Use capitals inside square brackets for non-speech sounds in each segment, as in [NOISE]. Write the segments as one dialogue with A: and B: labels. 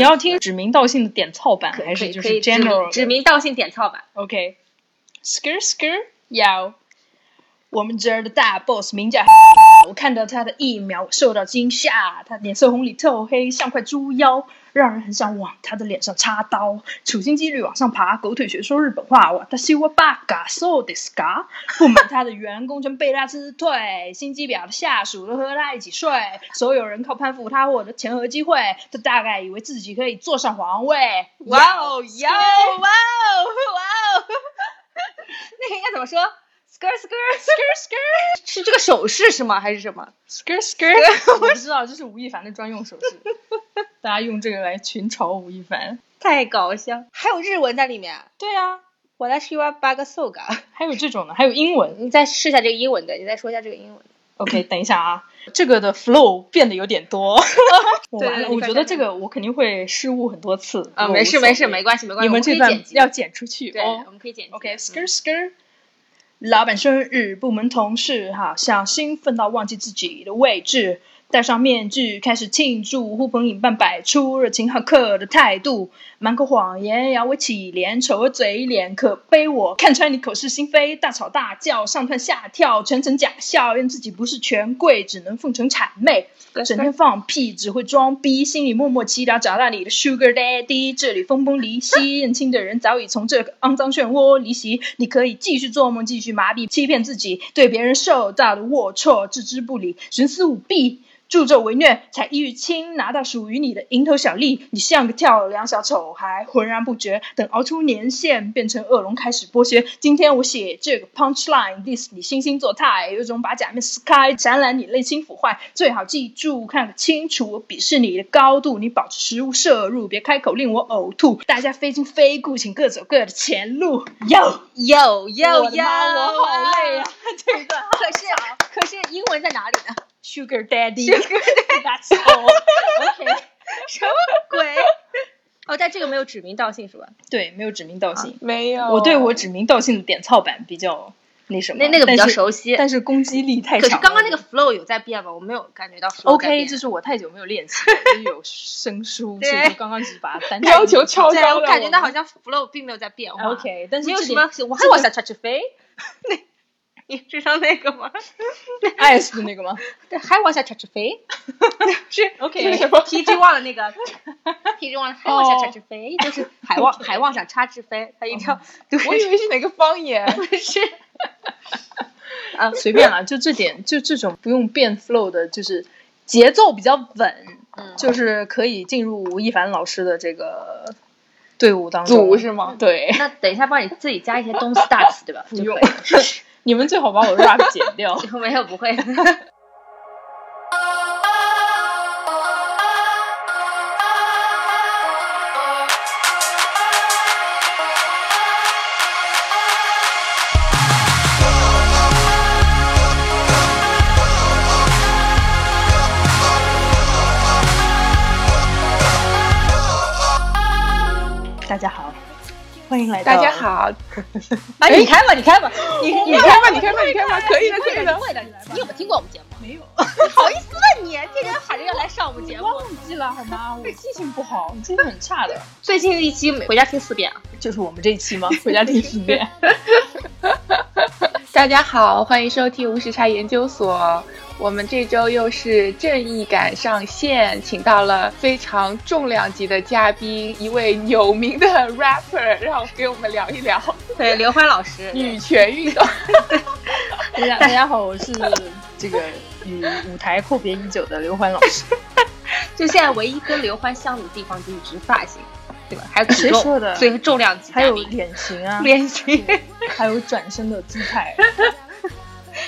A: 你要听指名道姓的点操版，
B: 可
A: 还
B: 可
A: 是
B: 以
A: 就
B: 可
A: 是
B: 以指名
A: general
B: 指名道姓点 [LAUGHS] 操版。
A: OK，skr skr 要，我们这儿的大 boss 名叫，我看到他的一秒，我受到惊吓，他脸色红里透黑，像块猪腰，让人很想往他的脸上插刀。处心积虑往上爬，狗腿学说日本话，哇，他西哇巴嘎 so d i s 不满他的员工全被他吃退，心机婊的下属都和他一起睡，所有人靠攀附他获得前和机会，他大概以为自己可以坐上皇位。
B: 哇哦哟哇哦哇哦， [LAUGHS] 那个应该怎么说？skr skr skr skr，是这个手势是吗？还是什么？
A: [LAUGHS] skr skr，我不知道，这是吴亦凡的专用手势，大家用这个来群嘲吴亦凡。
B: 太搞笑，还有日文在里面。
A: 对啊，
B: 我来试一下八个 so ga，
A: 还有这种的，还有英文。
B: 你再试一下这个英文的，你再说一下这个英文。
A: OK，等一下啊，这个的 flow 变得有点
B: [LAUGHS]
A: 多，我完
B: 对对
A: 了，
B: 对
A: 我觉得这个我肯定会失误很多次
B: 啊，没事没事，没
A: 关
B: 关系没关系，
A: 你们
B: 我可以
A: 这段
B: 剪辑
A: 要剪出去
B: 对，
A: 哦
B: 我。们可以剪辑。
A: OK skr skr，老板生日，部门同事好像兴奋到忘记自己的位置，戴上面具开始庆祝，呼朋引伴摆出热情好客的态度，满口谎言，摇尾乞怜，丑恶嘴脸，可悲我看穿你口是心非，大吵大叫，上蹿下跳，全程假笑，怨自己不是权贵，只能奉承谄媚。整天放屁，只会装逼，心里默默祈祷找到你的 Sugar Daddy。这里分崩离析，认清的人早已从这个肮脏漩涡离席。你可以继续做梦，继续麻痹、欺骗自己，对别人受到的龌龊置之不理，徇私舞弊。助纣为虐，才艺于亲，拿到属于你的蝇头小利。你像个跳梁小丑，还浑然不觉。等熬出年限，变成恶龙开始剥削。今天我写这个 punchline diss 你惺惺作态，有种把假面撕开，展览你内心腐坏。最好记住，看个清楚，我鄙视你的高度，你保持食物摄入，别开口令我呕吐。大家非亲非故，请各走各的前路。哟，
B: yo
A: 我
B: yo
A: 的妈
B: yo，
A: 我好累啊！ [LAUGHS] 这个
B: 可是 [LAUGHS] 可是英文在哪里呢？
A: sugar daddy，that's [LAUGHS] all。
B: OK，什么 [LAUGHS] 鬼？哦，但这个没有指名道姓是吧？
A: 对，没有指名
C: 啊
A: 道姓。
B: 没有
A: 我对我指名道姓的点操版比较那什么，
B: 那那个比较
A: 但是
B: 熟悉
A: 但是攻击力太
B: 可
A: 强
B: 是
A: 了。
B: 刚刚那个 flow 有在变吗？我没有感觉到 flow 在
A: OK，
B: 变
A: 这是我太久没有
B: [LAUGHS]
A: 练习了，就是有生疏，所
B: 对
A: 以就刚刚只是把它单
C: 要求超
B: 对，啊
C: 高
B: 我
C: 的
B: 感觉到
C: 们
B: 好像 flow 并没有在变化。
A: OK，但是
B: 没有
A: 这
B: 什
A: 点
B: 么， [LAUGHS] 我还我想叉去飞，那你知道那个吗？
A: IS 的那
C: [LAUGHS]
A: 个吗？
B: 对，还往下叉去飞，是 [LAUGHS]
A: OK [LAUGHS]
B: 是 PG One 的那 [LAUGHS] 个 PG One 还往下叉去飞，就是海望海望上叉去飞，他一定要
C: 我以为是哪个方言，
B: [LAUGHS] 是嗯
A: 啊， [LAUGHS] 随便啦，就这点，就这种不用变 flow 的，就是节奏比较稳，
B: 嗯
A: 就是可以进入吴亦凡老师的这个队伍当中。
C: 组是吗？
A: 对，
B: 那等一下帮你自己加一些东西大词，对 [LAUGHS] 吧？不
A: 用，你们最好把我的 rap 剪掉。
B: 没有不会。
A: 大家好，欢迎来到
C: 大家好，
B: [LAUGHS] 哎，哦你开吧，你开吧，你
C: 你开吧，你开吧，你开吧，可以的，可以的。
B: 会的，你有没有听过我们节目？
A: 没有。
B: 好意思问你，天天喊着要来上我们节目。
A: 忘记了好吗？我记性不好，记性很差的。
B: 最近的一期回家听四遍啊！
A: 就是我们这一 [LAUGHS] 期吗？回家听十遍。
C: 大家好，欢迎收听无时差研究所。我们这周又是正义感上线，请到了非常重量级的嘉宾，一位有名的 rapper，让我给我们聊一聊
B: 对，嗯刘欢老师，
C: 女权运 [LAUGHS] 动。
A: 大家大家好，我是这个与舞台阔别已久的刘欢老 [LAUGHS] 师。
B: 就现在唯一跟刘欢像的地方就是植发型，对吧？还有体
A: 谁说的
B: 重，所以是重量级
A: 还
B: 嘉
A: 有
B: 宾，
A: 脸型啊，
B: 脸型。
A: 还有转身的姿 [LAUGHS] 态。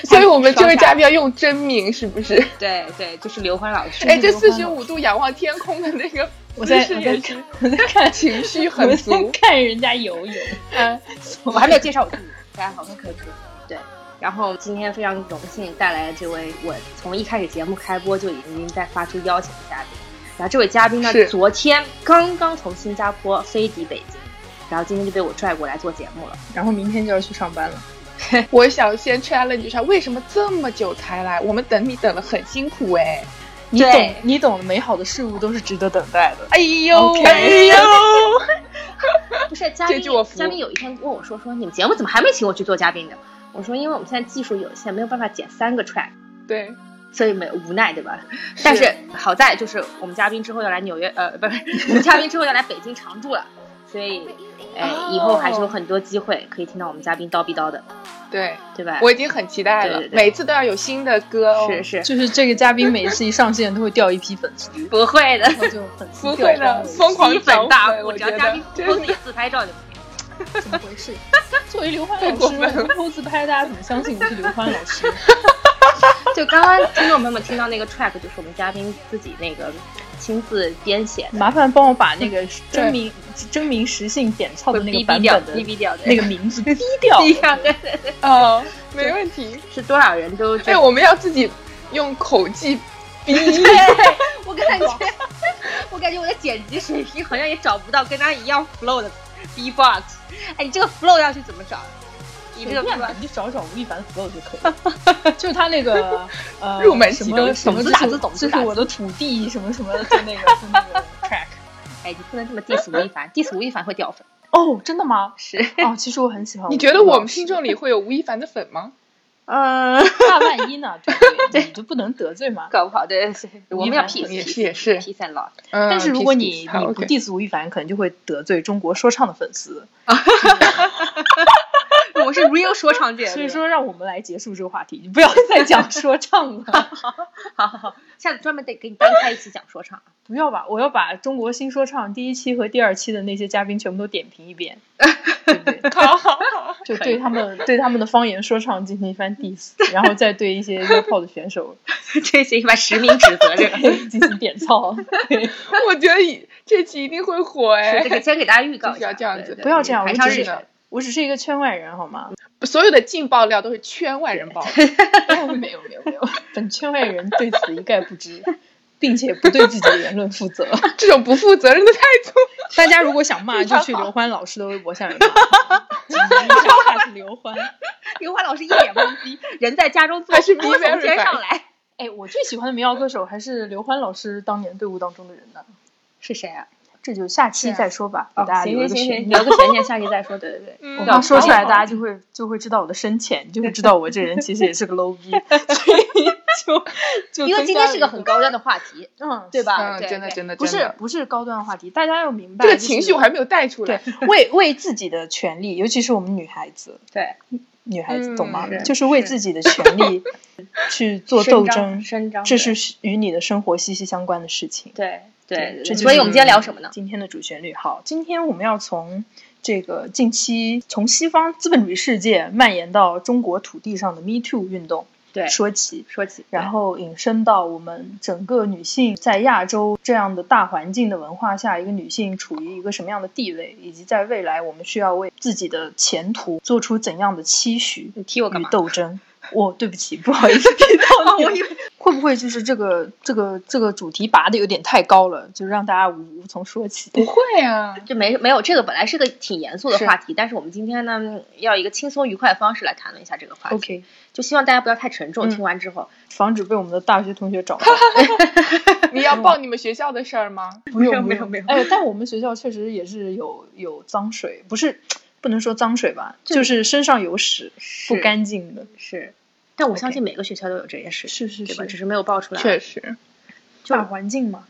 C: 所以我们这位嘉宾要用真名，是不是？
B: [LAUGHS] 对对，就是刘欢老师。
C: [LAUGHS] 哎，这四十五度仰望天空的那个
A: 我
C: 姿
A: 在
C: 势
A: 我在
C: 也是
A: 看 [LAUGHS] 我在看
C: 情绪
A: 我
C: 很
A: 在
C: [LAUGHS] 足。
A: 看人家游泳。
C: 嗯，
B: [LAUGHS] 我还没有介绍我自己，大家好，我是可可。对，然后今天非常荣幸带来这位，我从一开始节目开播就已经在发出邀请的嘉宾。然后这位嘉宾呢
C: 是，
B: 昨天刚刚从新加坡飞抵北京，然后今天就被我拽过来做节目了。
A: 然后明天就要去上班了。
C: 我想先 challenge 一下，为什么这么久才来？我们等你等了很辛苦哎。
A: 你
B: 对
A: 懂，你懂的美好的事物都是值得等待的。哎呦
B: OK
A: 哎呦，
B: 不是嘉
C: 这
B: 宾
C: 句我，服
B: 嘉宾有一天问我说：“说你们节目怎么还没请我去做嘉宾呢？”我说：“因为我们现在技术有限，没有办法剪三个 track，
C: 对，
B: 所以没有无奈，对吧？但是好在就是我们嘉宾之后要来纽约，呃，不是我们嘉宾之后要来北京常住了，所以，哎，
C: 哦
B: 以后还是有很多机会可以听到我们嘉宾叨逼叨的，
C: 对
B: 对吧？
C: 我已经很期待了，
B: 对对对
C: 每次都要有新的歌哦。
B: 是是
A: 就是这个嘉宾每一次一上线都会掉一批粉 [LAUGHS] 丝，
B: 不会的，
A: 然后就粉丝
C: 不
A: 掉
C: 会的，
A: 光
C: 疯狂
B: 吸
C: 涨
B: 粉大
C: 粉，
B: 户，
C: 我
B: 只
C: 觉
B: 要嘉
C: 得
B: 宾
C: 真
B: 偷自
C: 的
B: 己自拍照就行。
A: 了，怎么回事？ [LAUGHS] 作为刘欢
C: 太
A: 老
C: 过
A: 师，
C: 分了
A: 我偷自拍，大家怎么相信我是刘欢老师？
B: 就刚刚听众朋友们听到那个 track，就是我们嘉宾自己那个亲自编写
A: [LAUGHS]
B: 的，
A: 麻烦帮我把那个真名真名实姓点错
B: 会
A: 的那个
B: 逼
A: 版
B: 逼掉，
A: 本的
B: 逼逼掉的
A: 那个名 [LAUGHS] 字低调。
B: 逼掉，对对对，
C: 哦，没问题。
B: 是多少人都这
C: 哎，
B: 样。
C: 我们要自己用口技逼。
B: 我感觉， [LAUGHS] 我感觉我的剪辑水平好像也找不到跟他一样 flow 的 B-box。哎，你这个 flow 要去怎么找？你这
A: 随
B: 个
A: 便
B: flow
A: 吧，你就找找吴亦凡 flow 就可以了。 [LAUGHS] 就是他那个呃，
C: 入门
A: 什
C: 级
A: 么
C: 都行
A: 什么
B: 懂字
A: 这
B: 打
A: 是
B: 字懂字
A: 这
B: 打
A: 是
B: 字
A: 我的土地什么什么 [LAUGHS] 的，就那个就那个 track。
B: 哎，你不能这么 diss 吴亦凡，diss 吴亦凡会掉粉。
A: 哦，真的吗？
B: 是，
A: 哦，其实我很喜欢吴亦凡。
C: 你觉得我们听众里会有吴亦凡的粉吗？
B: 嗯，
A: 大万一 [LAUGHS] 呢？对不对？你就不能得罪吗？
B: 搞不好，对对对，我们要
A: 吴亦
B: peace
A: 凡
C: 也
B: peace
C: 是也是。
B: peace and love。
C: 嗯
A: 但是如果
C: peace，
A: 你
C: peace，好
A: 你不
C: OK
A: diss 吴亦凡，可能就会得罪中国说唱的粉丝。
B: 我是 real 说唱界的，
A: 所以说，让我们来结束这个话题，你不要再 [LAUGHS] 讲说唱了。
B: 好好好，下次专门得给你单开一期讲说唱。
A: 不要吧，我要把中国新说唱第一期和第二期的那些嘉宾全部都点评一 [LAUGHS] 遍，对不 [LAUGHS] 对？
C: 好好好，
A: 就对他们对他们的方言说唱进行一 [LAUGHS] 番 diss，然后再对一些约炮的选 [LAUGHS] 手
B: 这些一般实名指 [LAUGHS] 责这个。
A: [LAUGHS] 进行点操。对
C: [LAUGHS] 我觉得以这期一定会火
B: 这
C: 哎！
B: 个先给大家预告一
C: 就是要
B: 下，
C: 这样子
B: 对对
A: 不要这样
B: 对
A: 我
B: 台上
A: 只
B: 日
A: 是
B: 程
A: 我只是一个圈外人，好 [LAUGHS] 吗？
C: 所有的劲爆料都是圈外人爆的，
A: 哦没有没有没有，本圈外人对此一概不知，并且不对自己的言论负责。
C: 这种不负责任的态度。
A: [LAUGHS] 大家如果想骂，就去刘欢老师的微博下面骂。 [LAUGHS] 想骂是刘欢，
B: 刘欢老师一脸懵逼，人在家中坐，
C: 还是 be
B: 从
C: very
B: 天上来。
A: [LAUGHS] 哎，我最喜欢的民谣歌手还是刘欢老师当年队伍当中的人呢。
B: 是谁啊？
A: 这就下期
B: 是啊
A: 再说吧，
B: 哦
A: 给大家
B: 行
A: 留一
B: 行
A: 个
B: 行
A: 悬
B: 行，
A: 念。
B: [LAUGHS]
A: 哦
B: 留个悬念，下期再说。对对对，
C: 嗯
A: 我
B: 要
A: 怕说出来，
B: 好
A: 大家就会就会知道我的深 [LAUGHS] 浅，就会知道我这人其实也是个 [LAUGHS] low 逼，所以就就
B: 因为今天是个很
A: 高
B: 高端的话题，
A: 嗯
B: [LAUGHS] 对吧？
C: 嗯
B: 啊对
C: 真的
B: 对
C: 真的
A: 不
C: 真
A: 是
C: 的，
A: 不是高端话题，大家要明白
C: 这个
A: 就是
C: 情绪我还没有带出
A: 对
C: 来。
A: [LAUGHS] 为为自己的权利，尤其是我们女孩子，
B: 对，
A: 女孩子懂吗？
B: 嗯是
A: 就是为
B: 是
A: 自己的权 [LAUGHS] 利去做斗争，
B: 伸张，
A: 这是与你的生活息息相关的事情。
B: 对对
A: 这
B: 对对。
A: 就是
B: 所以我们今天聊什么呢？
A: 今天的主旋律好，今天我们要从这个近期从西方资本主义世界蔓延到中国土地上的 Me Too 运动
B: 对，
A: 说起，
B: 说起，
A: 然后引申到我们整个女性在亚洲这样的大环境的文化下，一个女性处于一个什么样的地位，以及在未来我们需要为自己的前途做出怎样的期许
B: 你踢我干
A: 与
B: 嘛？哦
A: 斗争。我、对不起，不好意思提到
B: [LAUGHS]
A: 你了。
B: 我以为
A: 会不会就是这个这个这个主题拔的有点太高了，就让大家无无从说起？
C: 不会啊，
B: 这没没有，这个本来是个挺严肃的
C: 是
B: 话题，但是我们今天呢，要一个轻松愉快的方式来谈论一下这个话题。
A: OK，
B: 就希望大家不要太沉
A: 嗯
B: 重，听完之后
A: 防止被我们的大学同学找到。
C: 你要报你们学校的事儿吗？
A: 不用
B: 没有没有没有
A: 哎，但我们学校确实也是有有脏水，不是不能说脏水吧，就是身上有屎，不
B: 是
A: 干净的。
B: 是。但我相
A: OK
B: 信每个学校都有这些事情，
A: 是是
B: 对吧？只
A: 是，
B: 是没有爆出来。
C: 确实，
B: 就
A: 大环境嘛。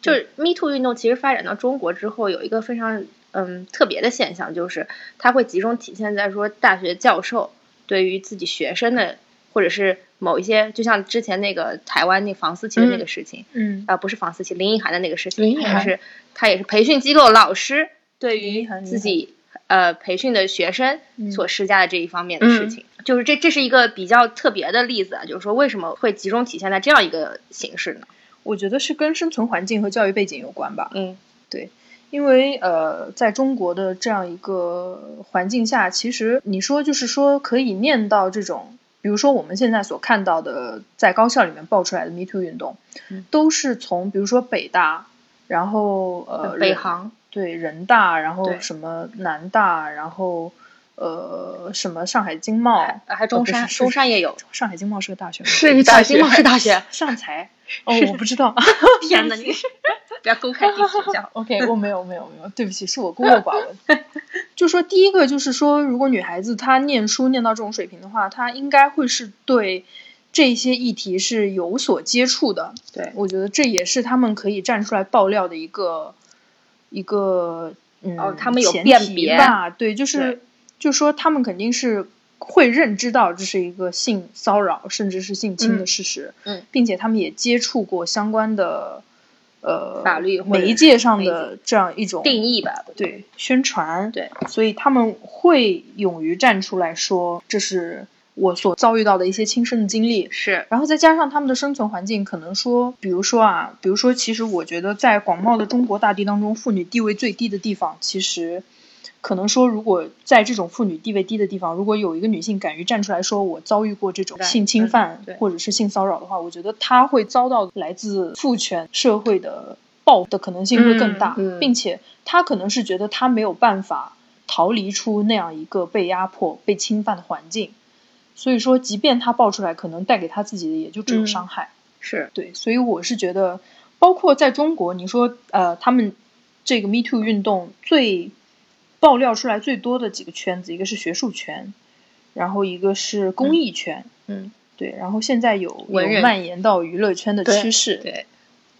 B: 就是 Me Too 运动其实发展到中国之后，有一个非常嗯特别的现象，就是它会集中体现在说大学教授对于自己学生的，或者是某一些，就像之前那个台湾那房思琪的那个事情，
A: 嗯，
B: 啊、不是房思琪，林奕涵的那个事情，
C: 林奕
B: 就
C: 涵
B: 是他也是培训机构老师对
A: 林
B: 于
A: 奕涵林
B: 自
A: 奕
B: 己呃培训的学生
A: 嗯
B: 所施加的这一方面的事情，就是这这是一个比较特别的例子啊，就是说为什么会集中体现在这样一个形式呢？
A: 我觉得是跟生存环境和教育背景有关吧。
B: 嗯，
A: 因为呃，在中国的这样一个环境下，其实你说就是说可以念到这种，比如说我们现在所看到的在高校里面爆出来的 Me Too 运动，
B: 嗯
A: 都是从比如说北大，然后呃
B: 北
A: 人
B: 航
A: 对人大，然后
B: 对
A: 什么南大，然后呃什么上海经贸，
B: 哎还还
A: 哦
B: 中
A: 不是
B: 山，
A: 是
B: 中山也有，
A: 上海经贸是个大学吗？
C: 是一个
B: 上
C: 大
B: 海
C: 学
B: 经贸是大学，
A: 上财哦，我不知道。
B: [LAUGHS] 天哪，你是不要公开地址叫
A: [LAUGHS] OK，我没有没有没有，对不起，是我孤陋寡
B: [LAUGHS]
A: 闻。就说第一个就是说，如果女孩子她念书念到这种水平的话，她应该会是对这些议题是有所接触的。
B: 对
A: 我觉得这也是他们可以站出来爆料的一个一个嗯，
B: 哦他们有
A: 前
B: 辨
A: 提
B: 别
A: 吧？对，就是
B: 对
A: 就说他们肯定是会认知到这是一个性骚扰甚至是性侵的
B: 嗯
A: 事实，
B: 嗯
A: 并且他们也接触过相关的呃
B: 法律或者
A: 媒介上
B: 媒介
A: 的这样一种
B: 定义吧。
A: 对宣传，
B: 对，
A: 所以他们会勇于站出来说，这是我所遭遇到的一些亲身的经历。
B: 是，
A: 然后再加上他们的生存环境，可能说，比如说啊，比如说，其实我觉得在广袤的中国大地当中，妇女地位最低的地方，其实可能说，如果在这种妇女地位低的地方，如果有一个女性敢于站出来说我遭遇过这种
B: 对
A: 性侵犯
B: 嗯对
A: 或者是性骚扰的话，我觉得她会遭到来自父权社会的报复的可能性会更大，
B: 嗯嗯
A: 并且她可能是觉得她没有办法逃离出那样一个被压迫、被侵犯的环境。所以说，即便他爆出来，可能带给他自己的也就只有
B: 嗯
A: 伤害。
B: 是，
A: 对，所以我是觉得，包括在中国，你说呃，他们这个 Me Too 运动最爆料出来最多的几个圈子，一个是学术圈，然后一个是公益圈，
B: 嗯，
A: 对，然后现在有
B: 文
A: 有
B: 人
A: 蔓延到娱乐圈的
B: 对
A: 趋势，
B: 对，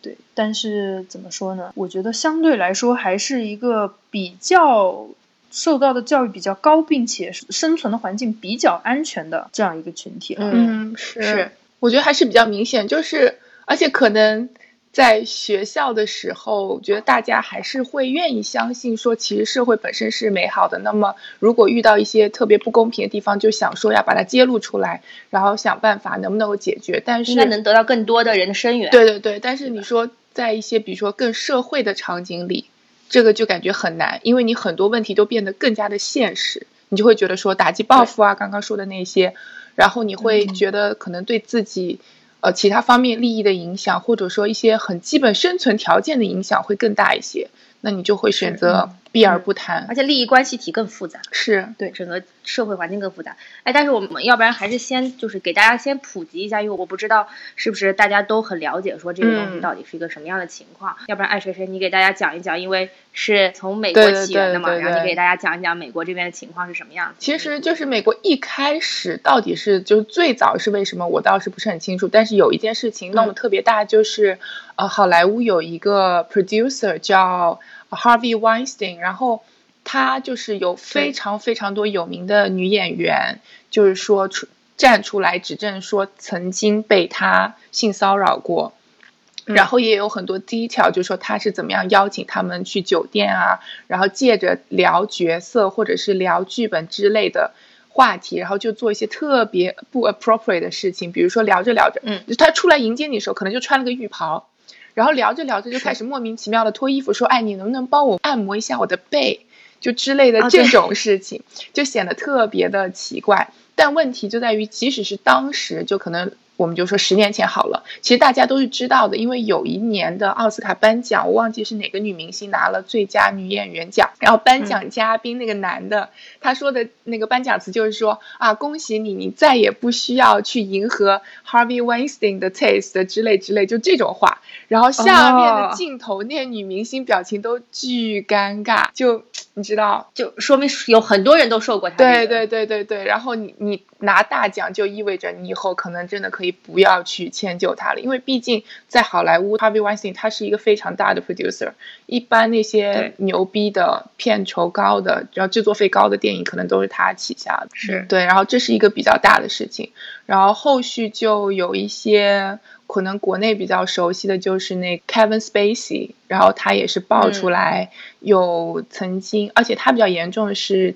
A: 对，但是怎么说呢？我觉得相对来说还是一个比较受到的教育比较高，并且生存的环境比较安全的这样一个群体了。
B: 嗯，
C: 是
B: 是，
C: 我觉得还是比较明显，就是而且可能在学校的时候，我觉得大家还是会愿意相信说，其实社会本身是美好的。那么如果遇到一些特别不公平的地方，就想说要把它揭露出来，然后想办法能不能够解决。但是
B: 应该能得到更多的人的声援。
C: 对对对，但是你说在一些比如说更社会的场景里，这个就感觉很难，因为你很多问题都变得更加的现实，你就会觉得说打击报复啊，刚刚说的那些，然后你会
A: 嗯
C: 觉得可能对自己。呃，其他方面利益的影响，或者说一些很基本生存条件的影响会更大一些，那你就会选择避而不谈
B: 而。且利益关系体更复杂，
C: 是，
A: 对
B: 整个社会环境更复杂。哎，但是我们要不然还是先就是给大家先普及一下，因为我不知道是不是大家都很了解说这个东西
C: 嗯
B: 到底是一个什么样的情况。要不然爱谁谁你给大家讲一讲，因为是从美国
C: 对对
B: 起源的嘛，
C: 对对
B: 然后你
C: 对
B: 给大家讲一讲美国这边的情况是什么样子。
C: 其实就是美国一开始到底是就是最早是为什么，我倒是不是很清楚。但是有一件事情弄得特别大，就是、呃，好莱坞有一个 producer 叫 Harvey Weinstein，然后他就是有非常非常多有名的女演员，就是说出站出来指证说曾经被他性骚扰过。
B: 嗯
C: 然后也有很多 detail，就是说他是怎么样邀请他们去酒店啊，然后借着聊角色或者是聊剧本之类的话题，然后就做一些特别不 appropriate 的事情，比如说聊着聊着，
B: 嗯，
C: 就他出来迎接你的时候，可能就穿了个浴袍，然后聊着聊着就开始莫名其妙的脱衣服，说，哎，你能不能帮我按摩一下我的背，就之类的
B: 啊
C: 这
B: 对
C: 种事情，就显得特别的奇怪。但问题就在于，即使是当时，就可能我们就说十年前好了，其实大家都是知道的，因为有一年的奥斯卡颁奖，我忘记是哪个女明星拿了最佳女演员奖，然后颁奖嘉宾那个男的，他说的那个颁奖词就是说啊，恭喜你，你再也不需要去迎合 Harvey Weinstein 的 taste 之类之类，就这种话。然后下面
B: 哦
C: 的镜头，那女明星表情都巨尴尬，就你知道，
B: 就说明有很多人都受过他、
C: 对对，对对对，然后你你拿大奖就意味着你以后可能真的可以不要去迁就他了，因为毕竟在好莱坞，Harvey Weinstein 他是一个非常大的 producer，一般那些
B: 对
C: 牛逼的、片酬高的、然后制作费高的电影，可能都是他旗下的。
B: 是
C: 对，然后这是一个比较大的事情，然后后续就有一些可能国内比较熟悉的就是那 Kevin Spacey，然后他也是爆
B: 嗯
C: 出来有曾经，而且他比较严重的是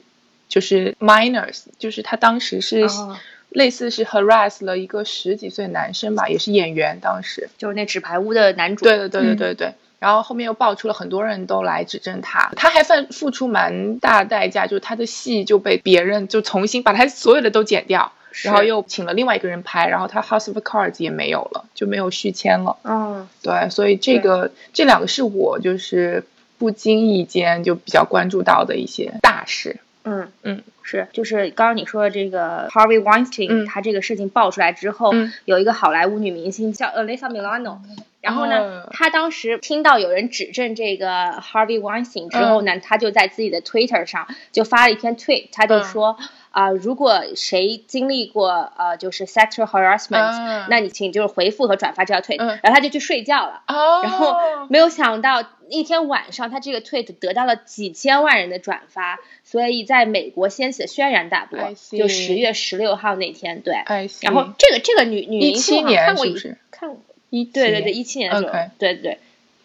C: 就是 minors，就是他当时是
B: 哦
C: 类似是 harass 了一个十几岁的男生吧，也是演员当时。
B: 就是那纸牌屋的男主。嗯
C: 对对对对对对。然后后面又爆出了很多人都来指证他，他还付付出蛮大的代价，就是他的戏就被别人就重新把他所有的都剪掉，
B: 是
C: 然后又请了另外一个人拍，然后他 House of Cards 也没有了，就没有续签了。
B: 嗯，
C: 对，所以这个这两个是我就是不经意间就比较关注到的一些大事。
B: 嗯
C: 嗯，
B: 是，就是刚刚你说的这个 Harvey Weinstein，、
C: 嗯
B: 他这个事情爆出来之后，
C: 嗯
B: 有一个好莱坞女明星叫 Alyssa Milano，然后呢，
C: 哦
B: 她当时听到有人指证这个 Harvey Weinstein 之
C: 嗯
B: 后呢，她就在自己的 Twitter 上就发了一篇 tweet，她就
C: 嗯
B: 说啊、如果谁经历过呃就是 sexual harassment，、
C: 啊
B: 那你请就是回复和转发这条 tweet，、
C: 嗯
B: 然后她就去睡觉了。
C: 哦，
B: 然后没有想到一天晚上，他这个 tweet 得到了几千万人的转发，所以在美国掀起了轩然大波
C: I。see
B: 就十月十六号那天，对。
C: I see，
B: 然后这个这个女女明
C: 17
B: 星我好像看
C: 年
B: 过
C: 是
B: 一
C: 不是？
B: 看过，
C: 一
B: 对对对，，一七年的时候
C: OK
B: 对对对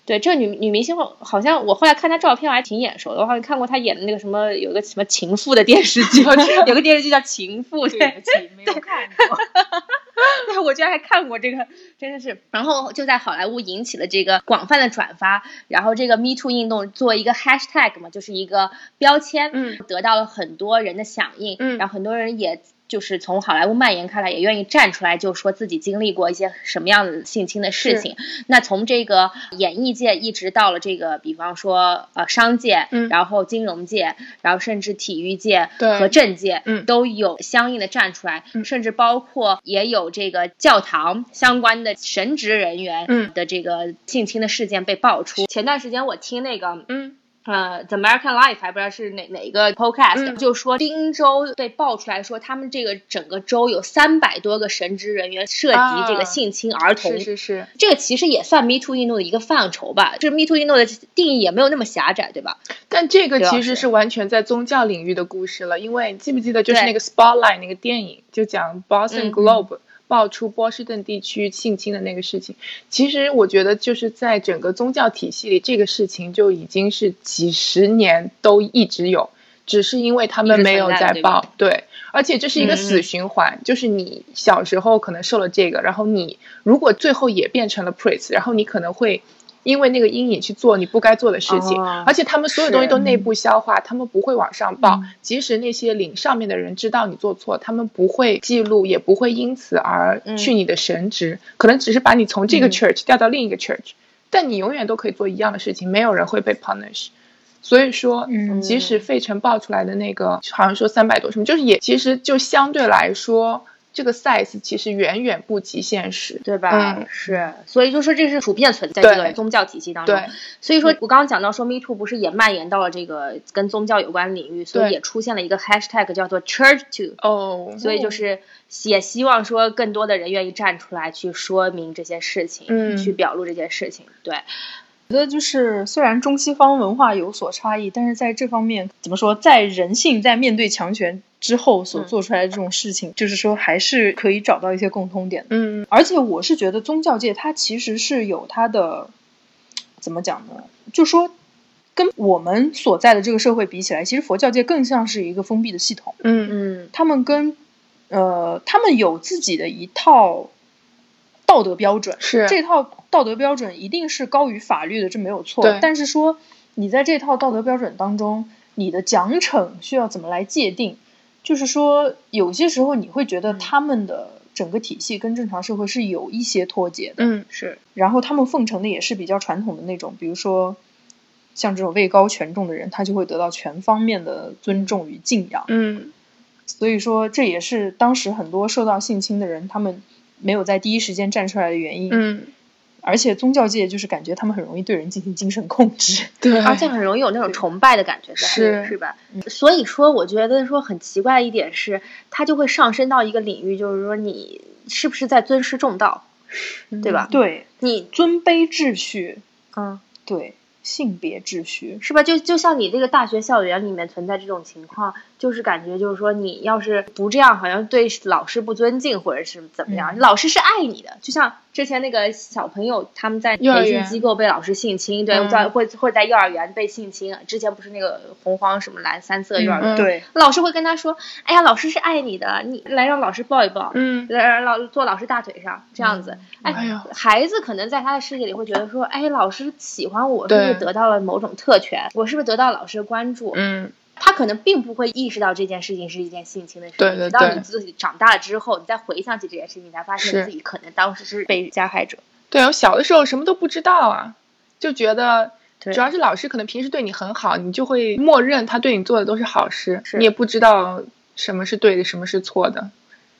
B: 对，这个女女明星我好像我后来看她照片我还挺眼熟的，我好像看过她演的那个什么有个什么情妇的电视
C: [LAUGHS]
B: 剧
C: 我知，道
B: 有个电视剧叫《情妇》，
C: 对不起，没有
A: [LAUGHS]
C: 看过。
B: [LAUGHS] 对，我居然还看过这个，真的是。然后就在好莱坞引起了这个广泛的转发，然后这个 Me Too 运动做一个 hashtag 嘛，就是一个标签，
C: 嗯，
B: 得到了很多人的响应，
C: 嗯
B: 然后很多人也。就是从好莱坞蔓延开来，也愿意站出来，就说自己经历过一些什么样的性侵的事
C: 是
B: 情。那从这个演艺界一直到了这个，比方说呃商界，
C: 嗯
B: 然后金融界，然后甚至体育界
C: 对
B: 和政界，
C: 嗯
B: 都有相应的站出来，
C: 嗯
B: 甚至包括也有这个教堂相关的神职人员
C: 嗯
B: 的这个性侵的事件被爆出。前段时间我听那个
C: 嗯
B: 呃，《The American Life》还不知道是哪哪一个 podcast，、
C: 嗯
B: 就说宾州被爆出来说，他们这个整个州有三百多个神职人员涉及
C: 啊
B: 这个性侵儿童。
C: 是是是，
B: 这个其实也算 Me Too 运动的一个范畴吧，就是 Me Too 运动的定义也没有那么狭窄，对啊吧？
C: 但这个
B: 刘老
C: 其实
B: 师
C: 是完全在宗教领域的故事了，因为你记不记得就是
B: 对
C: 那个 Spotlight 那个电影，就讲 Boston
B: 嗯
C: Globe、爆出波士顿地区性侵的那个事情。其实我觉得就是在整个宗教体系里，这个事情就已经是几十年都一直有，只是因为他
B: 一直
C: 们
B: 存
C: 没有
B: 在
C: 在
B: 对吧
C: 报，对，而且这是一
B: 嗯
C: 个
B: 嗯
C: 死循环，就是你小时候可能受了这个，然后你如果最后也变成了 priest，然后你可能会因为那个阴影去做你不该做的事情，
A: 啊
B: 哦
C: 而且他们所有东西
B: 是
C: 都内部消化，他们不会往上报，即使那些领上面的人知道你做错，他们不会记录，也不会因此而去你的神职，可能只是把你从这个
B: 嗯
C: church 调到另一个 church，、但你永远都可以做一样的事情，没有人会被 punish。所以说，
A: 嗯
C: 即使费城爆出来的那个好像说三百多什么，就是也其实就相对来说，这个 size 其实远远不及现实。
B: 对吧？
C: 嗯
B: 是，所以就说这是普遍存在
C: 对
B: 这个宗教体系当中。
C: 对，
B: 所以说我刚刚讲到说 Me Too 不是也蔓延到了这个跟宗教有关领域，所以
C: 对
B: 也出现了一个 hashtag 叫做 Church Too。
C: 哦，
B: 所以就是也希望说更多的人愿意站出来去说明这些事情，
C: 嗯
B: 去表露这些事情。对，
A: 觉得就是虽然中西方文化有所差异，但是在这方面怎么说，在人性在面对强权之后所
B: 嗯
A: 做出来的这种事情，就是说还是可以找到一些共通点的。
C: 嗯，
A: 而且我是觉得宗教界它其实是有它的，怎么讲呢？就说跟我们所在的这个社会比起来，其实佛教界更像是一个封闭的系统。
C: 嗯
B: 嗯
A: 他们跟呃，他们有自己的一套道德标准，
C: 是
A: 这套道德标准一定是高于法律的，这没有错
C: 对。
A: 但是说你在这套道德标准当中，你的奖惩需要怎么来界定？就是说，有些时候你会觉得
C: 嗯
A: 他们的整个体系跟正常社会是有一些脱节的，
C: 嗯
B: 是，
A: 然后他们奉承的也是比较传统的那种，比如说。像这种位高权重的人，他就会得到全方面的尊重与敬仰。
C: 嗯
A: 所以说，这也是当时很多受到性侵的人，他们没有在第一时间站出来的原因。
C: 嗯，
A: 而且宗教界就是感觉他们很容易对人进行精神控制。
C: 对，
B: 而且很容易有那种崇拜的感觉在，
C: 是
B: 是吧？所以说，我觉得说很奇怪的一点是，它就会上升到一个领域，就是说你是不是在尊师重道，对
C: 嗯
B: 吧？
A: 对，
B: 你
A: 尊卑秩序，
B: 嗯，
A: 对性别秩序，
B: 是吧？就就像你这个大学校园里面存在这种情况，就是感觉就是说，你要是不这样，好像对老师不尊敬，或者是怎么样。
A: 嗯
B: 老师是爱你的，就像之前那个小朋友他们在
C: 幼儿
B: 培训
C: 园
B: 机构被老师性侵，对，
C: 嗯
B: 在会会在幼儿园被性侵。之前不是那个红黄什么蓝三色幼儿园，
C: 嗯
A: 对，
B: 老师会跟他说：“哎呀，老师是爱你的，你来让老师抱一抱。”
C: 嗯
B: 来老坐老师大腿上这样子，哎，
C: 哎呦
B: 孩子可能在他的世界里会觉得说，哎，老师喜欢我，是不
C: 对
B: 是得到了某种特权？我是不是得到老师的关注？
C: 嗯
B: 他可能并不会意识到这件事情是一件性侵的事情，
C: 对对
B: 直到
C: 对
B: 你自己长大了之后，你再回想起这件事情，你才发现
C: 是
B: 自己可能当时是被加害者。
C: 对，我小的时候什么都不知道啊，就觉得
B: 对
C: 主要是老师可能平时对你很好，你就会默认他对你做的都是好事，
B: 是
C: 你也不知道什么是对的，什么是错的。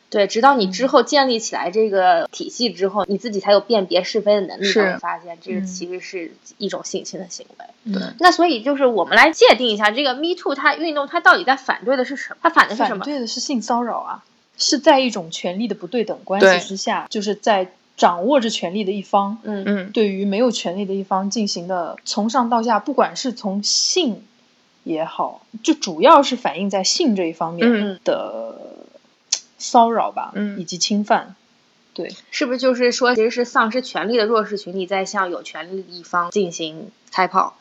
B: 对，直到你
C: 嗯
B: 之后建立起来这个体系之后，你自己才有辨别是非的能力，
C: 是
B: 才会发现这
A: 嗯
B: 其实是一种性侵的行为。
C: 对，
B: 那所以就是我们来界定一下这个 Me Too 它运动它到底在反对的是什么？它反的是什
A: 反
B: 么？
A: 对的是性骚扰啊，是在一种权力的不对等关
C: 对
A: 系之下，就是在掌握着权力的一方
B: 嗯
C: 嗯，
A: 对于没有权利的一方进行的从上到下，不管是从性也好，就主要是反映在性这一方面
C: 嗯
A: 的嘖骚扰吧，
C: 嗯
A: 以及侵犯。
B: 是不是就是说，其实是丧失权利的弱势群体在向有权利的一方进行开炮？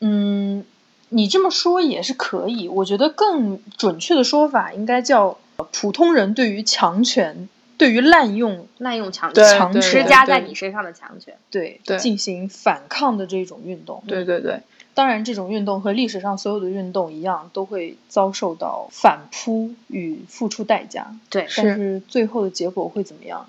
A: 嗯，你这么说也是可以，我觉得更准确的说法应该叫普通人对于强权、对于滥用
B: 滥用强
C: 对
B: 权，
A: 强
B: 施
A: 权
B: 加在你身上的强权，
A: 对
C: 对
A: 进行反抗的这种运动。
C: 对对对，
A: 当然，这种运动和历史上所有的运动一样，都会遭受到反扑与付出代价。
B: 对，
C: 是
A: 但是最后的结果会怎么样？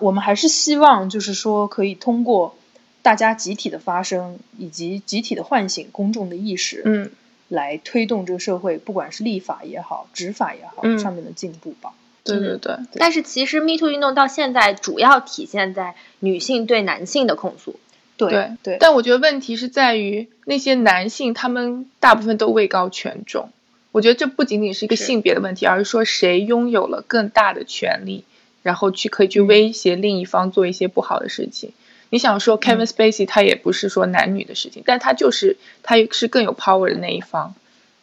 A: 我们还是希望，就是说，可以通过大家集体的发声以及集体的唤醒公众的意识，
C: 嗯
A: 来推动这个社会，不管是立法也好，执法也好，
C: 嗯
A: 上面的进步吧。
B: 嗯
C: 对对对，
B: 但是其实 Me Too 运动到现在主要体现在女性对男性的控诉。
A: 对
C: 对
A: 对
C: 但我觉得问题是在于那些男性，他们大部分都位高权重。我觉得这不仅仅是一个
B: 是
C: 性别的问题，而是说谁拥有了更大的权利，然后去可以去威胁
B: 嗯
C: 另一方做一些不好的事情。你想说 Kevin Spacey 他也不是说男女的事情，但他就是他是更有 power 的那一方，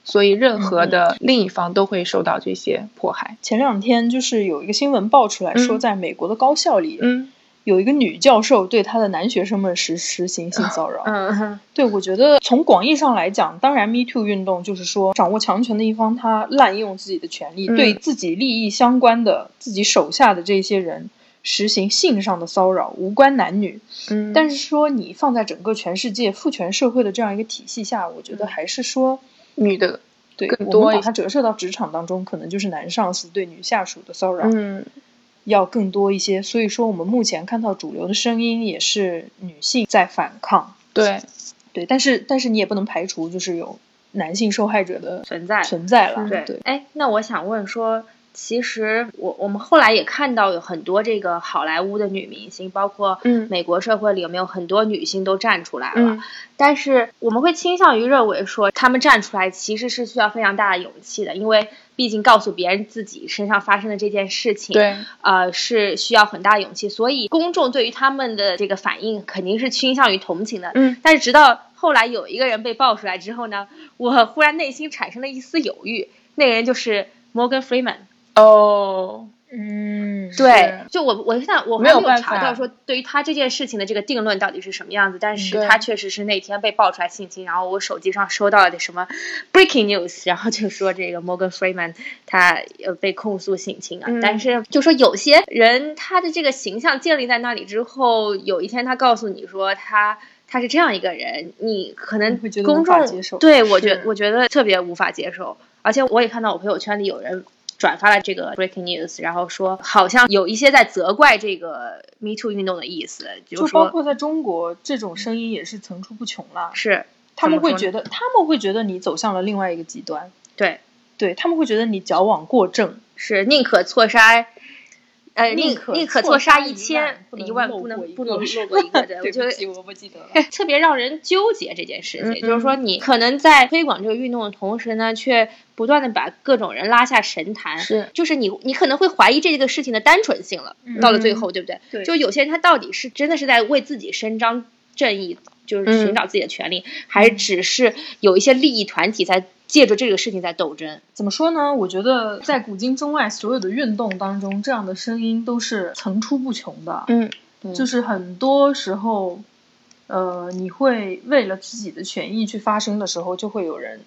C: 所以任
B: 嗯
C: 何的另一方都会受到这些迫害。
A: 前两天就是有一个新闻爆出来说，
C: 嗯
A: 在美国的高校里，
C: 嗯，
A: 有一个女教授对她的男学生们实实行性骚扰。
B: 嗯，
A: 对，我觉得从广义上来讲，当然 Me Too 运动就是说，掌握强权的一方他滥用自己的权利，
C: 嗯
A: 对自己利益相关的、自己手下的这些人实行性上的骚扰，无关男女。
C: 嗯
A: 但是说你放在整个全世界父权社会的这样一个体系下，我觉得还是说，
C: 女的，
A: 对
C: 嗯更
A: 我
C: 多
A: 们
C: 一
A: 把
C: 些
A: 它折射到职场当中，可能就是男上司对女下属的骚扰。
C: 嗯，
A: 要更多一些。所以说，我们目前看到主流的声音也是女性在反抗，
C: 对，
A: 对。但是，但是你也不能排除就是有男性受害者的
B: 存在。
A: 存在了，
B: 对
A: 对，
B: 哎，那我想问说，其实我我们后来也看到有很多这个好莱坞的女明星，包括
C: 嗯
B: 美国社会里有没有很多女性都站出来了？
C: 嗯
B: 但是我们会倾向于认为说，她们站出来其实是需要非常大的勇气的，因为毕竟告诉别人自己身上发生的这件事情，，
C: 对，
B: 呃，是需要很大的勇气，所以公众对于他们的这个反应肯定是倾向于同情的。
C: 嗯，
B: 但是直到后来有一个人被爆出来之后呢，我忽然内心产生了一丝犹豫，那个人就是 Morgan Freeman。
C: 哦，
A: 嗯，
B: 对，就我我现在我还
C: 没有办
B: 查
C: 法
B: 到说对于他这件事情的这个定论到底是什么样子，但
C: 对
B: 是他确实是那天被爆出来性侵，然后我手机上收到了那什么 breaking news，然后就说这个 Morgan Freeman 他呃被控诉性侵啊，
C: 嗯
B: 但是就说有些人他的这个形象建立在那里之后，有一天他告诉你说他。他是这样一个人，你可能
A: 你会觉得
B: 公
A: 无法
B: 众
A: 接受
B: 对我觉
C: 是
B: 我觉得特别无法接受，而且我也看到我朋友圈里有人转发了这个 breaking news，然后说好像有一些在责怪这个 Me Too 运动的意思，比
A: 就
B: 如
A: 包
B: 说
A: 括在中国，这种声音也是层出不穷啦。
B: 是
A: 他们
B: 怎么
A: 会
B: 说
A: 觉得，他们会觉得你走向了另外一个极端，
B: 对，
A: 对他们会觉得你矫枉过正，
B: 是宁可错杀，呃，
A: 宁
B: 宁
A: 可
B: 宁可
A: 错
B: 错杀
A: 杀一
B: 一千
A: 万
B: 一
A: 不能漏
B: 万，
A: 过一
B: 不能不
A: 个
B: 能漏过一个
A: [LAUGHS]
B: 的，我
A: 对
B: 觉
A: 不
B: 得
A: 起，我不记得了。
B: [LAUGHS] 特别让人纠结这件事情，
C: 嗯
B: 就是说你可能在推广这个运动的同时呢，却不断的把各种人拉下神坛，
C: 是
B: 就是你你可能会怀疑这个事情的单纯性了，
A: 嗯
B: 到了最后，对不对？
A: 对
B: 就有些人他到底是真的是在为自己伸张正义，就是寻找自己的权利，还是只是有一些利益团体在借着这个事情在斗争？
A: [LAUGHS] 怎么说呢？我觉得在古今中外所有的运动当中，这样的声音都是层出不穷的。
C: 嗯
A: 就是很多时候，呃，你会为了自己的权益去发声的时候，就会有人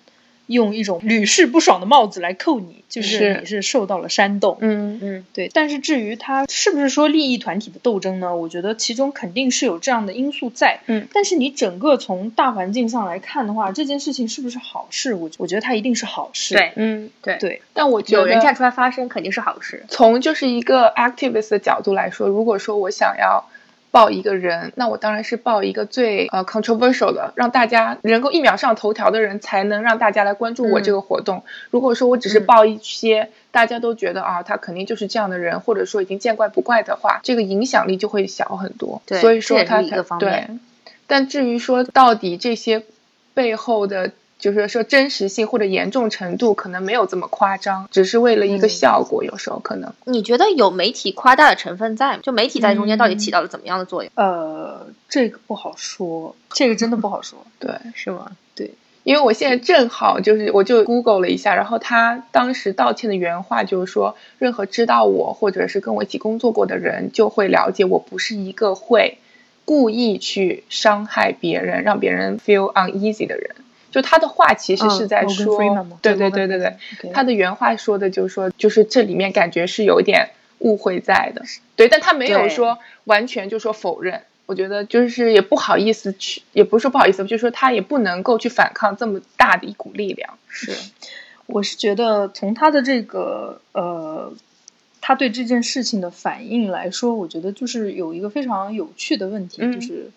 A: 用一种屡试不爽的帽子来扣你，就是
C: 是
A: 你是受到了煽动。
C: 嗯
B: 嗯，
A: 对，但是至于它是不是说利益团体的斗争呢？我觉得其中肯定是有这样的因素在。
C: 嗯，
A: 但是你整个从大环境上来看的话，这件事情是不是好事？我我觉得它一定是好事。
B: 对，
C: 嗯，
B: 对
A: 对，
C: 但我觉得
B: 有人站出来发声肯定是好事。
C: 从就是一个 activist 的角度来说，如果说我想要报一个人，那我当然是报一个最呃 controversial 的，让大家能够一秒上头条的人，才能让大家来关注我
B: 嗯
C: 这个活动。如果说我只是报一些、大家都觉得啊，他肯定就是这样的人，或者说已经见怪不怪的话，这个影响力就会小很多。
B: 对
C: 所以
B: 这
C: 说
B: 也是
C: 他
B: 一个方面
C: 对，但至于说到底这些背后的。就是说真实性或者严重程度可能没有这么夸张，只是为了一
B: 嗯
C: 个效果，有时候可能。
B: 你觉得有媒体夸大的成分在吗？就媒体在中间到底
A: 嗯
B: 起到了怎么样的作用？
A: 呃，这个不好说，这个真的不好说。
C: 对，
B: 是吗？
C: 因为我现在正好就是我就 Google 了一下，然后他当时道歉的原话就是说，任何知道我或者是跟我一起工作过的人就会了解我不是一个会故意去伤害别人、让别人 feel uneasy 的人。就他的话其实
A: 嗯
C: 是在
A: Morgan
C: 说
A: Freeman 嘛，
C: 对
A: 对
C: 对对
A: Morgan
C: 对对，
A: OK
C: 他的原话说的就是说，就是这里面感觉是有点误会在的，对，但他没有
B: 对
C: 说完全就说否认。我觉得就是也不好意思去，也不是说不好意思，就是说他也不能够去反抗这么大的一股力量。
A: 是，我是觉得从他的这个呃，他对这件事情的反应来说，我觉得就是有一个非常有趣的问题，
C: 嗯
A: 就是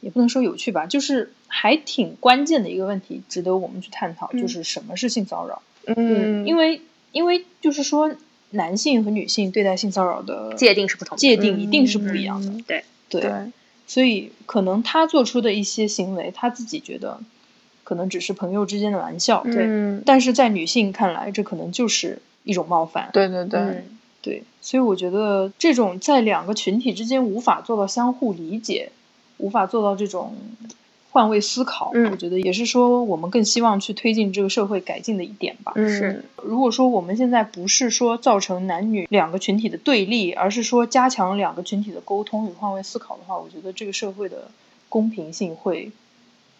A: 也不能说有趣吧，就是还挺关键的一个问题，值得我们去探讨，
C: 嗯
A: 就是什么是性骚扰？
B: 嗯
A: 因
C: 为
A: 为因为就是说，男性和女性对待性骚扰的
B: 界定是不同的。
C: 嗯
A: 界定一定是不一样的，
B: 对，
A: 对。
C: 对，
A: 所以可能他做出的一些行为，他自己觉得可能只是朋友之间的玩笑，
B: 对
C: 嗯
A: 但是在女性看来，这可能就是一种冒犯。
C: 对对对，
B: 嗯
A: 对所以我觉得这种在两个群体之间无法做到相互理解，无法做到这种换位思考，
C: 嗯
A: 我觉得也是说我们更希望去推进这个社会改进的一点吧。
C: 嗯
B: 是
A: 如果说我们现在不是说造成男女两个群体的对立，而是说加强两个群体的沟通与换位思考的话，我觉得这个社会的公平性会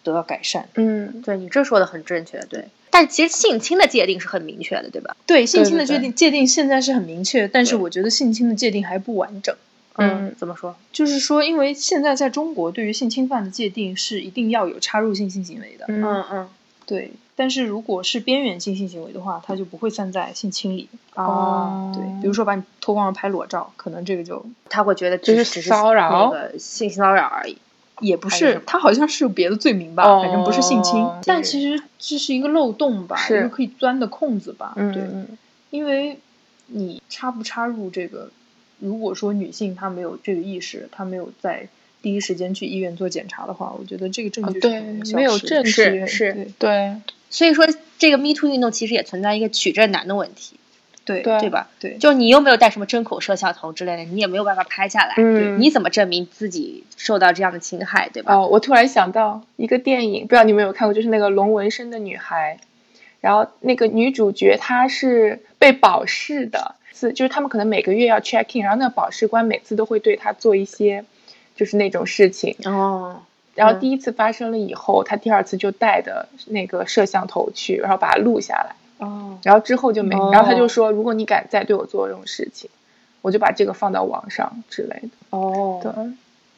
A: 得到改善。
C: 嗯，
B: 对你这说的很正确，对。但其实性侵的界定是很明确的，对吧？
A: 对性侵的
C: 对对
A: 界定界定现在是很明确，但是
B: 对
A: 我觉得性侵的界定还不完整。
C: 嗯
B: 怎么说？
A: 就是说，因为现在在中国对于性侵犯的界定是一定要有插入性性行为的，
C: 嗯
B: 嗯，
A: 对。但是如果是边缘性性行为的话，它就不会算在性侵里。
B: 哦
A: 对，比如说把你脱光了拍裸照，可能这个就
B: 他会觉得
C: 就
B: 只
C: 是
B: 只是
C: 骚扰
B: 那个性骚扰而已。
A: 也不
B: 还是
A: 是，它好像是有别的罪名吧，
C: 哦
A: 反正不是性侵
C: 嗯。
A: 但其实这是一个漏洞吧，
C: 是
A: 一个可以钻的空子吧，
C: 嗯
A: 对。
C: 嗯
A: 因为你插不插入这个，如果说女性她没有这个意识，她没有在第一时间去医院做检查的话，我觉得这个证
C: 哦
A: 据是
C: 对
A: 很容易
C: 没有
A: 嗯消失的
C: 证据
B: 是是
A: 对
C: 对
B: 所以说，这个 Me Too 运动其实也存在一个取证难的问题，
A: 对
C: 对
B: 对吧？
A: 对
B: 就是你又没有带什么针孔摄像头之类的，你也没有办法拍下来，
C: 嗯
B: 你怎么证明自己受到这样的侵害，对吧？
C: 哦，我突然想到一个电影，不知道你们有没有看过，就是那个龙纹身的女孩，然后那个女主角她是被保释的，是就是他们可能每个月要 check in，然后那个保释官每次都会对她做一些就是那种事情，
B: 哦，
C: 然后
B: 嗯
C: 第一次发生了以后，她第二次就带的那个摄像头去，然后把它录下来，
A: 哦，
C: 然后之后就没，然后她就
B: 哦
C: 说，如果你敢再对我做这种事情，我就把这个放到网上之类的。
A: 哦，
C: 对，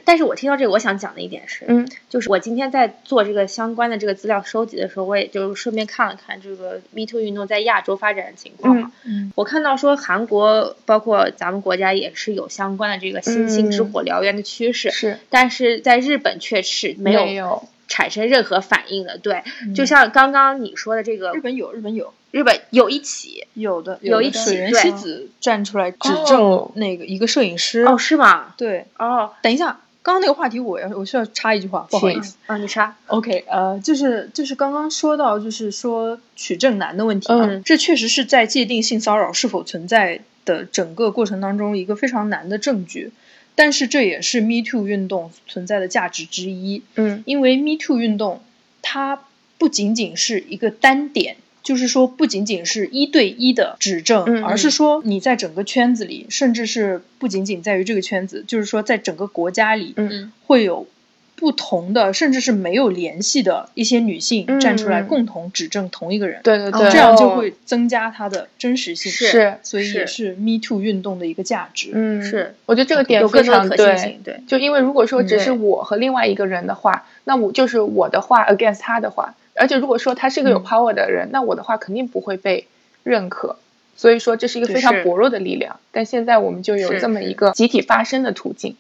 B: 但是我听到这个，我想讲的一点是，
C: 嗯
B: 就是我今天在做这个相关的这个资料收集的时候，我也就是顺便看了看这个 Me Too 运动在亚洲发展的情况嘛。
A: 嗯
B: 我看到说韩国包括咱们国家也是有相关的这个新兴之火燎原的趋势，
C: 嗯是
B: 但是在日本却是没
C: 没
B: 有
C: 有
B: 产生任何反应的。对，
A: 嗯
B: 就像刚刚你说的这个
A: 日本有，日本有，
B: 日本有一起
A: 有的
B: 有一
A: 的啊
B: 起
A: 水原
B: 对
A: 希子站出来指证
C: 哦
A: 那个一个摄影师。
C: 嗯
B: 哦，是吗？
A: 对，
B: 哦，
A: 等一下，刚刚那个话题我要我需要插一句话，不好意
C: 请
A: 思。
B: 啊，你说
A: OK，呃，就是就是刚刚说到，就是说取证难的问题嘛，
C: 嗯
A: 这确实是在界定性骚扰是否存在的整个过程当中一个非常难的证据，但是这也是 Me Too 运动存在的价值之一，
C: 嗯
A: 因为 Me Too 运动它不仅仅是一个单点。就是说，不仅仅是一对一的指证，
C: 嗯嗯
A: 而是说你在整个圈子里，甚至是不仅仅在于这个圈子，就是说在整个国家里，
C: 嗯
A: 会有不同的，甚至是没有联系的一些女性
C: 嗯
A: 站出来
C: 嗯
A: 共同指证同一个人，
C: 对对
B: 哦
C: 对，
A: 这样就会增加它的真实性，
B: 是
C: 是
A: 所以也是 Me Too 运动的一个价值。
C: 嗯
B: 是，
C: 我觉得这个点
B: 有
C: 非
B: 更多的
C: 常
B: 可信
C: 对
B: 性，。对，
C: 就因为如果说只
B: 嗯
C: 是我和另外一个人的话，那我就是我的话 against 他的话，而且如果说他是一个有
A: 嗯
C: power 的人，那我的话肯定不会被认可。所以说这是一个非常
B: 是
C: 薄弱的力量，但现在我们就有
B: 是
C: 这么
B: 是
C: 一个集体发声的途径。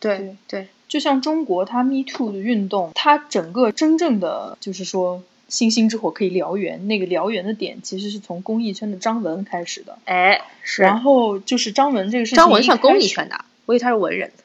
B: 对对，
A: 就像中国，它 Me Too 的运动，它整个真正的就是说星星之火可以燎原，那个燎原的点其实是从公益圈的张文开始的。
B: 哎，是
A: 然后就是张文这个事情，
B: 张文算公益圈，的，啊我以为他是文人的，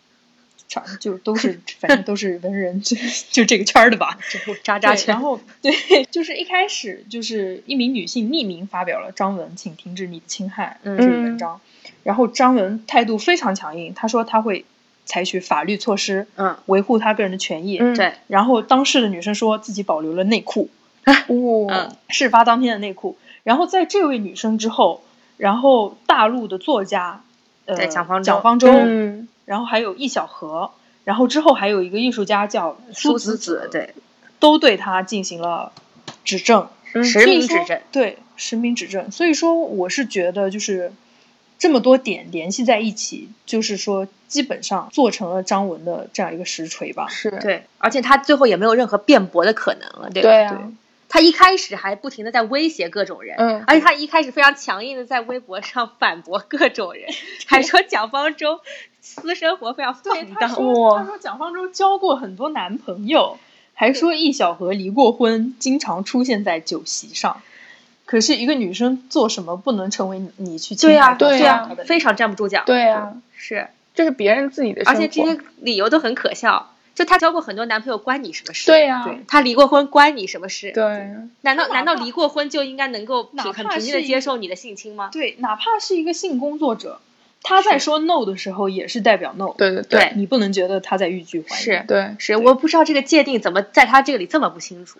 A: 圈就都是反正都是文人， [LAUGHS] 就就这个圈儿的吧。
B: 这是渣
A: 对
B: 渣，圈
A: 然。后对， [LAUGHS] 就是一开始就是一名女性匿名发表了“张文，请停止你的侵害”
B: 嗯
A: 这个文章，然后张文态度非常强硬，他说他会采取法律措施
B: 嗯，
A: 维护她个人的权益。
C: 嗯
B: 对，
A: 然后当事的女生说自己保留了内裤，
C: 哦
B: 嗯，
A: 事发当天的内裤。然后在这位女生之后，然后大陆的作家，呃，
B: 对蒋方舟
A: 蒋方舟，
C: 嗯，
A: 然后还有易小河，然后之后还有一个艺术家叫
B: 苏
A: 子
B: 子子，对，
A: 都对她进行了指证，
C: 嗯
B: 实名
A: 所以
B: 指
A: 说
B: 证，
A: 对实名指证。所以说，我是觉得就是这么多点联系在一起，就是说基本上做成了张文的这样一个实锤吧。
C: 是，
B: 对，而且他最后也没有任何辩驳的可能了，对吧？
C: 对啊，
B: 他一开始还不停的在威胁各种人，
C: 嗯
B: 而且他一开始非常强硬的在微博上反驳各种人，还说蒋方舟私生活非常
A: 对，
B: 放
A: 他
B: 荡，
A: 说
C: 哇
A: 他说蒋方舟交过很多男朋友，还说易小河离过婚，经常出现在酒席上。可是一个女生做什么不能成为你你去侵
B: 对呀、
A: 犯她
B: 对呀、
A: 伤害她的啊
B: 非常站不住脚，
C: 对啊，
B: 是，
C: 这是别人自己的生
B: 而
C: 活，
B: 且这些理由都很可笑，就他交过很多男朋友，关你什么事？
C: 对呀，
A: 对
B: 他离过婚关你什么事？
C: 对，
B: 难道
A: 哪怕
B: 难道离过婚就应该能够
A: 哪
B: 平很
A: 怕
B: 平
A: 是
B: 静的
A: 一
B: 接受你的性侵吗？
A: 对，哪怕是一个性工作者，他在
B: 是
A: 说 no 的时候也是代表 no，
C: 对对
B: 对
A: 你不能觉得他在欲拒还迎。
B: 是
C: 对，
B: 是，我不知道这个界定怎么在他这里这么不清楚，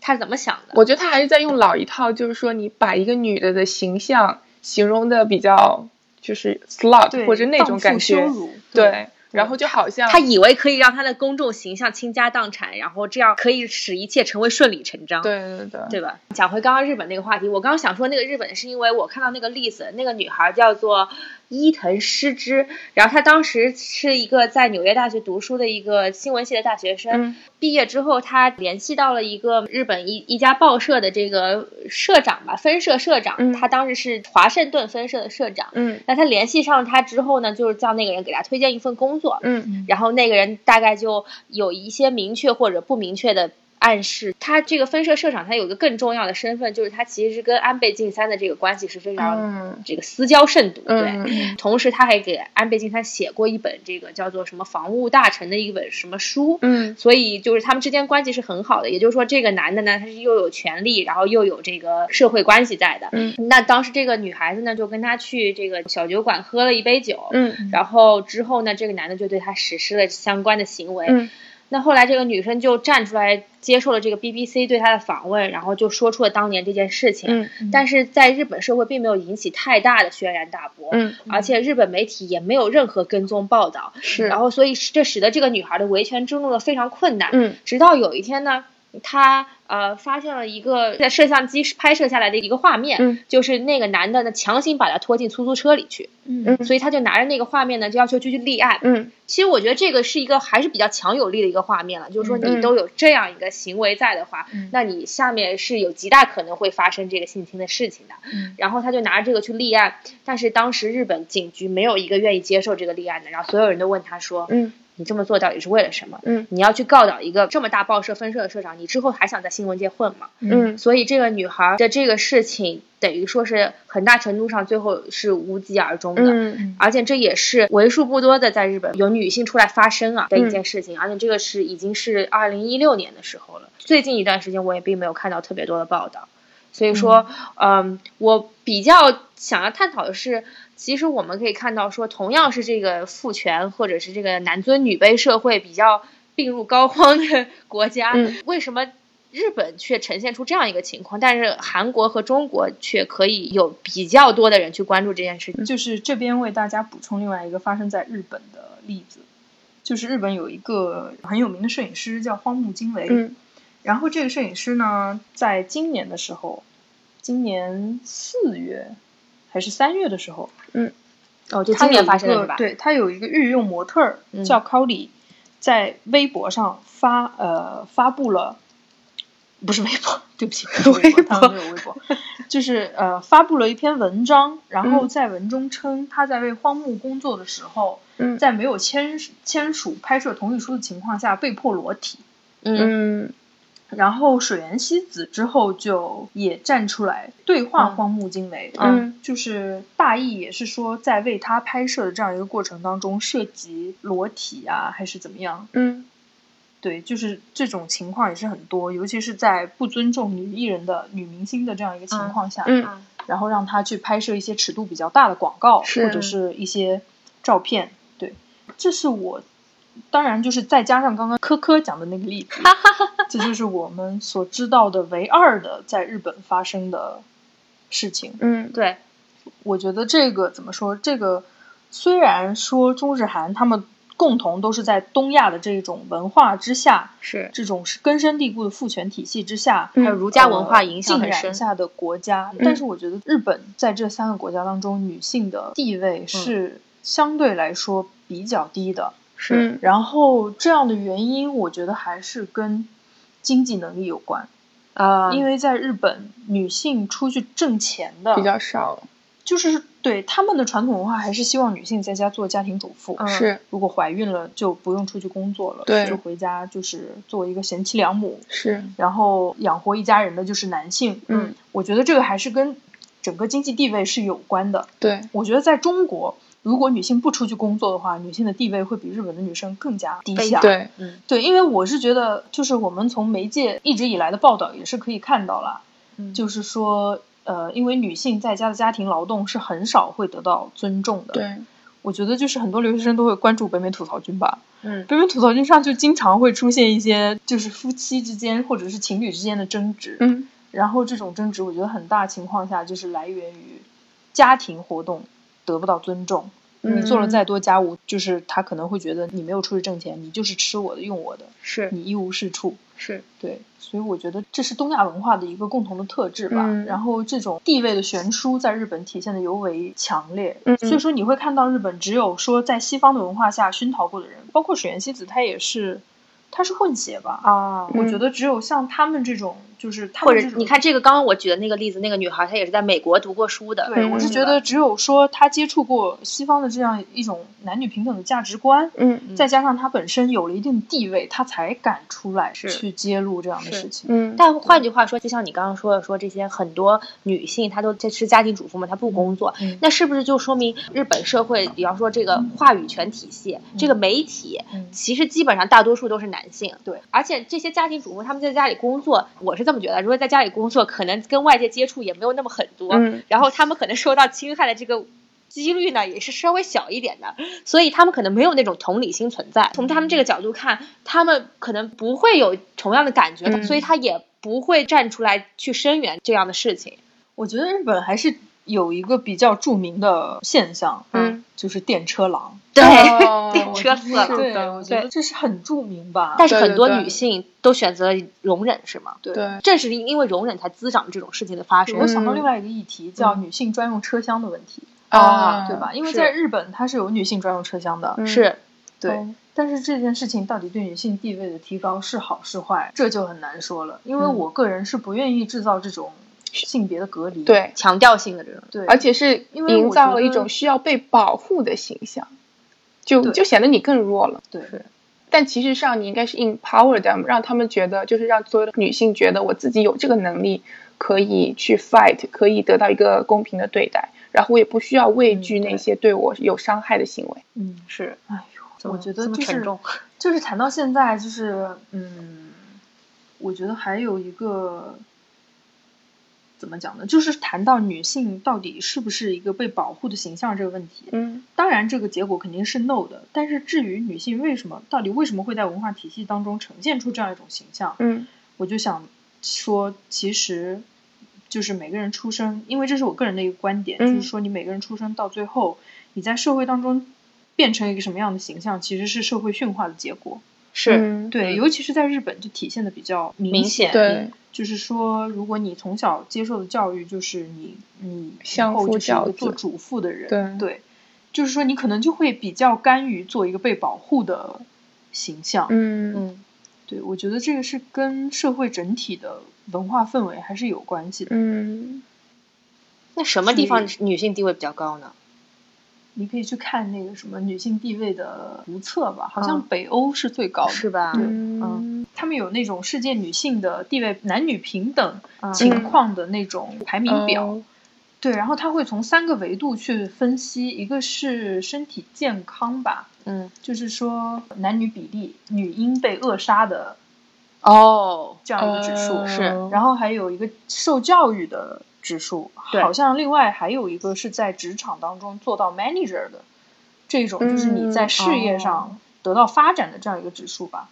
B: 他是怎么想的？
C: 我觉得他还是在用老一套，就是说你把一个女的的形象形容的比较就是 slut
A: 对，
C: 或者那种
A: 荡妇
C: 感
A: 羞
C: 觉，
A: 辱，
C: 对，然后就好像
B: 他以为可以让他的公众形象倾家荡产，然后这样可以使一切成为顺理成章。。
C: 对对对
B: 对吧？讲回刚刚日本那个话题，我刚刚想说那个日本是因为我看到那个例子，那个女孩叫做伊藤诗织，然后她当时是一个在纽约大学读书的一个新闻系的大学生，
C: 嗯
B: 毕业之后她联系到了一个日本一一家报社的这个社长吧，分社社长，
C: 嗯
B: 他当时是华盛顿分社的社长。
C: 嗯
B: 那他联系上了他之后呢，就是叫那个人给他推荐一份工作，
C: 嗯
B: 然后那个人大概就有一些明确或者不明确的暗示。他这个分社社长，他有一个更重要的身份，就是他其实是跟安倍晋三的这个关系是非常
C: 嗯
B: 这个私交甚笃，对。
C: 嗯嗯
B: 同时，他还给安倍晋三写过一本这个叫做什么《防务大臣》的一本什么书，
C: 嗯
B: 所以就是他们之间关系是很好的。也就是说，这个男的呢，他是又有权利，然后又有这个社会关系在的。
C: 嗯
B: 那当时这个女孩子呢，就跟他去这个小酒馆喝了一杯酒，
C: 嗯
B: 然后之后呢，这个男的就对她实施了相关的行为。
C: 嗯
B: 那后来这个女生就站出来接受了这个 BBC 对她的访问，然后就说出了当年这件事情。
C: 嗯
B: 但是在日本社会并没有引起太大的轩然大波，
C: 嗯
B: 而且日本媒体也没有任何跟踪报道，
C: 是，
B: 然后所以这使得这个女孩的维权之路呢非常困难。
C: 嗯
B: 直到有一天呢，她呃发现了一个在摄像机拍摄下来的一个画面，
C: 嗯
B: 就是那个男的呢强行把她拖进出租车里去，
A: 嗯
B: 所以他就拿着那个画面呢，就要求去去立案。
C: 嗯
B: 其实我觉得这个是一个还是比较强有力的一个画面了，就是说
C: 嗯
B: 你都有这样一个行为在的话，
A: 嗯
B: 那你下面是有极大可能会发生这个性侵的事情的。
A: 嗯
B: 然后他就拿着这个去立案，但是当时日本警局没有一个愿意接受这个立案的，然后所有人都问他说：“
C: 嗯
B: 你这么做到底是为了什么？
C: 嗯
B: 你要去告倒一个这么大报社分社的社长，你之后还想在新闻界混吗？”
C: 嗯
B: 所以这个女孩的这个事情，等于说是很大程度上最后是无疾而终的。
C: 嗯
B: 而且这也是为数不多的在日本有女性出来发声啊的一件事情，而且这个是已经是二零一六年的时候了。最近一段时间我也并没有看到特别多的报道，所以说，嗯，我比较想要探讨的是，其实我们可以看到说，同样是这个父权或者是这个男尊女卑社会比较病入膏肓的 [LAUGHS] 国家，
C: 嗯
B: 为什么？日本却呈现出这样一个情况，但是韩国和中国却可以有比较多的人去关注这件事情。
A: 就是这边为大家补充另外一个发生在日本的例子，就是日本有一个很有名的摄影师叫荒木经惟，
C: 嗯
A: 然后这个摄影师呢，在今年的时候，今年四月还是三月的时候，
B: 哦，就
A: 他
B: 今
A: 有
B: 年
A: 一
B: 发生的
A: 个
B: 是吧？
A: 对他有一个御用模特儿
B: 嗯
A: 叫 c o l y 在微博上发
B: [LAUGHS]
A: 呃发布了，不是微博，对不起，不是微博，他们没有微博，就是呃发布了一篇文章，然
B: 嗯
A: 后在文中称他在为荒木工作的时候，
C: 嗯
A: 在没有签签署拍摄同意书的情况下被迫裸体。
B: 嗯
C: 嗯
A: 然后水原希子之后就也站出来对话荒木经惟，
C: 嗯嗯，
A: 就是大意也是说在为他拍摄的这样一个过程当中涉及裸体啊，还是怎么样？
C: 嗯
A: 对，就是这种情况也是很多，尤其是在不尊重女艺人的女明星的这样一个情况下，
C: 嗯
B: 啊
A: 然后让她去拍摄一些尺度比较大的广告
C: 是
A: 或者是一些照片，对，这是我，当然就是再加上刚刚科科讲的那个例子，这就是我们所知道的唯二的在日本发生的事情。
C: 嗯
B: 对，
A: 我觉得这个怎么说？这个虽然说中日韩他们共同都是在东亚的这种文化之下，
B: 是
A: 这种是根深蒂固的父权体系之下，
C: 嗯
B: 还有儒家文化影响
A: 呃
B: 很
A: 浸染
B: 深，
A: 下的国家。但是我觉得日本在这三个国家当中，女性的地
C: 嗯
A: 位是相对来说比较低的。
B: 是
C: 嗯
A: 然后这样的原因，我觉得还是跟经济能力有关，
B: 啊，
C: 嗯
A: 因
B: 为
A: 为在日本，女性出去挣钱的
C: 比较少，
A: 就是对他们的传统文化还是希望女性在家做家庭主妇，
B: 嗯
C: 是
A: 如果怀孕了就不用出去工作了，
C: 对
A: 就回家就是做一个贤妻良母，
C: 是
A: 然后养活一家人的就是男性。
C: 嗯，
A: 我觉得这个还是跟整个经济地位是有关的。
C: 对
A: 我觉得在中国，如果女性不出去工作的话，女性的地位会比日本的女生更加低
B: 卑
A: 下。
C: 对
B: 嗯
A: 对，因为我是觉得，就是我们从媒介一直以来的报道也是可以看到啦，
B: 嗯
A: 就是说，呃，因为女性在家的家庭劳动是很少会得到尊重的。，
C: 对
A: 我觉得就是很多留学生都会关注北美吐槽君吧，
B: 嗯
A: 北美吐槽君上就经常会出现一些就是夫妻之间或者是情侣之间的争执，
C: 嗯
A: 然后这种争执我觉得很大情况下就是来源于家庭活动得不到尊重。你做了
C: 嗯
A: 再多家务，就是他可能会觉得你没有出去挣钱，你就是吃我的用我的，
B: 是
A: 你一无是处。
B: 是
A: 对，所以我觉得这是东亚文化的一个共同的特质吧。
C: 嗯
A: 然后这种地位的悬殊在日本体现的尤为强烈，
C: 嗯
A: 所以说你会看到日本只有说在西方的文化下熏陶过的人，包括水原希子，她也是，她是混血吧？
B: 啊。
A: 我觉
C: 嗯
A: 得只有像他们这种，就是他
B: 或
A: 们
B: 者
A: 这种
B: 你看这个，刚刚我举的那个例子，那个女孩她也是在美国读过书的。
A: 对，我是
C: 嗯
A: 觉得只有说他接触过西方的这样一种男女平等的价值观，
C: 嗯
A: 再加上他本身有了一定地位，他才敢出来
B: 是
A: 去揭露这样的
B: 是
A: 事情。
C: 嗯
B: 但换句话说，就像你刚刚说的，说这些很多女性她都这是家庭主妇嘛，她不工作，
A: 嗯
B: 那是不是就说明日本社会，比方说这个话语权体系，这个媒体，
A: 嗯
B: 其实基本上大多数都是男性。
A: 对，
B: 而且这些家庭主妇他们在家里工作，我是这么觉得，如果在家里工作，可能跟外界接触也没有那么很多，
C: 嗯
B: 然后他们可能受到侵害的这个。几率呢也是稍微小一点的，所以他们可能没有那种同理心存在。从他们这个角度看，他们可能不会有同样的感觉，
C: 嗯
B: 所以他也不会站出来去声援这样的事情。
A: 我觉得日本还是有一个比较著名的现象，
C: 嗯，
A: 就是电车郎。
B: 对，
C: 哦
B: [LAUGHS] 电车死了
C: 是
A: 对，
C: 的
A: 我觉得这是很著名吧。
B: 但是很多
C: 对对对
B: 女性都选择容忍，是吗？
A: 对，
C: 对
B: 正是因为容忍才滋长这种事情的发
A: 对
B: 生。
A: 我想到
C: 嗯
A: 另外一个议题，叫女性专用车厢的问题，
C: 啊
A: 对吧？因为
B: 是
A: 在日本它是有女性专用车厢的，
C: 嗯
B: 是，
A: 对。
C: 哦
A: 但是这件事情到底对女性地位的提高是好是坏，这就很难说了。因为
B: 嗯
A: 我个人是不愿意制造这种性别的隔离。
C: 对，
B: 强调性的这种。
A: 对，
C: 而且是
A: 因为我
C: 营造了一
A: 觉得
C: 种需要被保护的形象，就
A: 对
C: 就显得你更弱了。
A: 对
C: 但其实上，你应该是 empower them，让他们觉得，就是让所有的女性觉得我自己有这个能力，可以去 fight，可以得到一个公平的对待，然后我也不需要畏惧
A: 嗯对
C: 那些对我有伤害的行为。
A: 嗯，
B: 是，
A: 哎呦，我觉得
B: 这么
A: 就是
B: 沉重。
A: [LAUGHS] 就是谈到现在，就是嗯，我觉得还有一个怎么讲呢？就是谈到女性到底是不是一个被保护的形象这个问题。
C: 嗯
A: 当然，这个结果肯定是 no 的。但是至于女性为什么到底为什么会在文化体系当中呈现出这样一种形象，
C: 嗯
A: 我就想说，其实就是每个人出生，因为这是我个人的一个观点，
C: 嗯
A: 就是说你每个人出生到最后，你在社会当中变成一个什么样的形象，其实是社会驯化的结果。
B: 是，
C: 嗯
A: 对，
B: 嗯
A: 尤其是在日本，就体现的比较
B: 明
A: 显。
B: 显
C: 对，
A: 就是说，如果你从小接受的教育就是你你以
C: 相
A: 后
C: 夫
A: 就是一
C: 教
A: 个
C: 子
A: 做主妇的人，
C: 对
A: 就是说你可能就会比较甘于做一个被保护的形象。
C: 嗯
B: 嗯，
A: 对，我觉得这个是跟社会整体的文化氛围还是有关系的。
C: 嗯
B: 那什么地方女性地位比较高呢？
A: 你可以去看那个什么女性地位的图册吧，好
B: 嗯
A: 像北欧是最高的，
B: 是吧？
A: 对
C: 嗯，
A: 他们有那种世界女性的地位男女平等
B: 嗯
A: 情况的那种排名表，
C: 哦
A: 对，然后他会从三个维度去分析，一个是身体健康吧，
B: 嗯，
A: 就是说男女比例，女婴被扼杀的
B: 哦，
A: 这样一个指数，
C: 呃
B: 是
A: 然后还有一个受教育的指数，
B: 对
A: 好像另外还有一个是在职场当中做到 manager 的这种，就是你
B: 嗯
A: 在事业上得到发展的这样一个指数吧。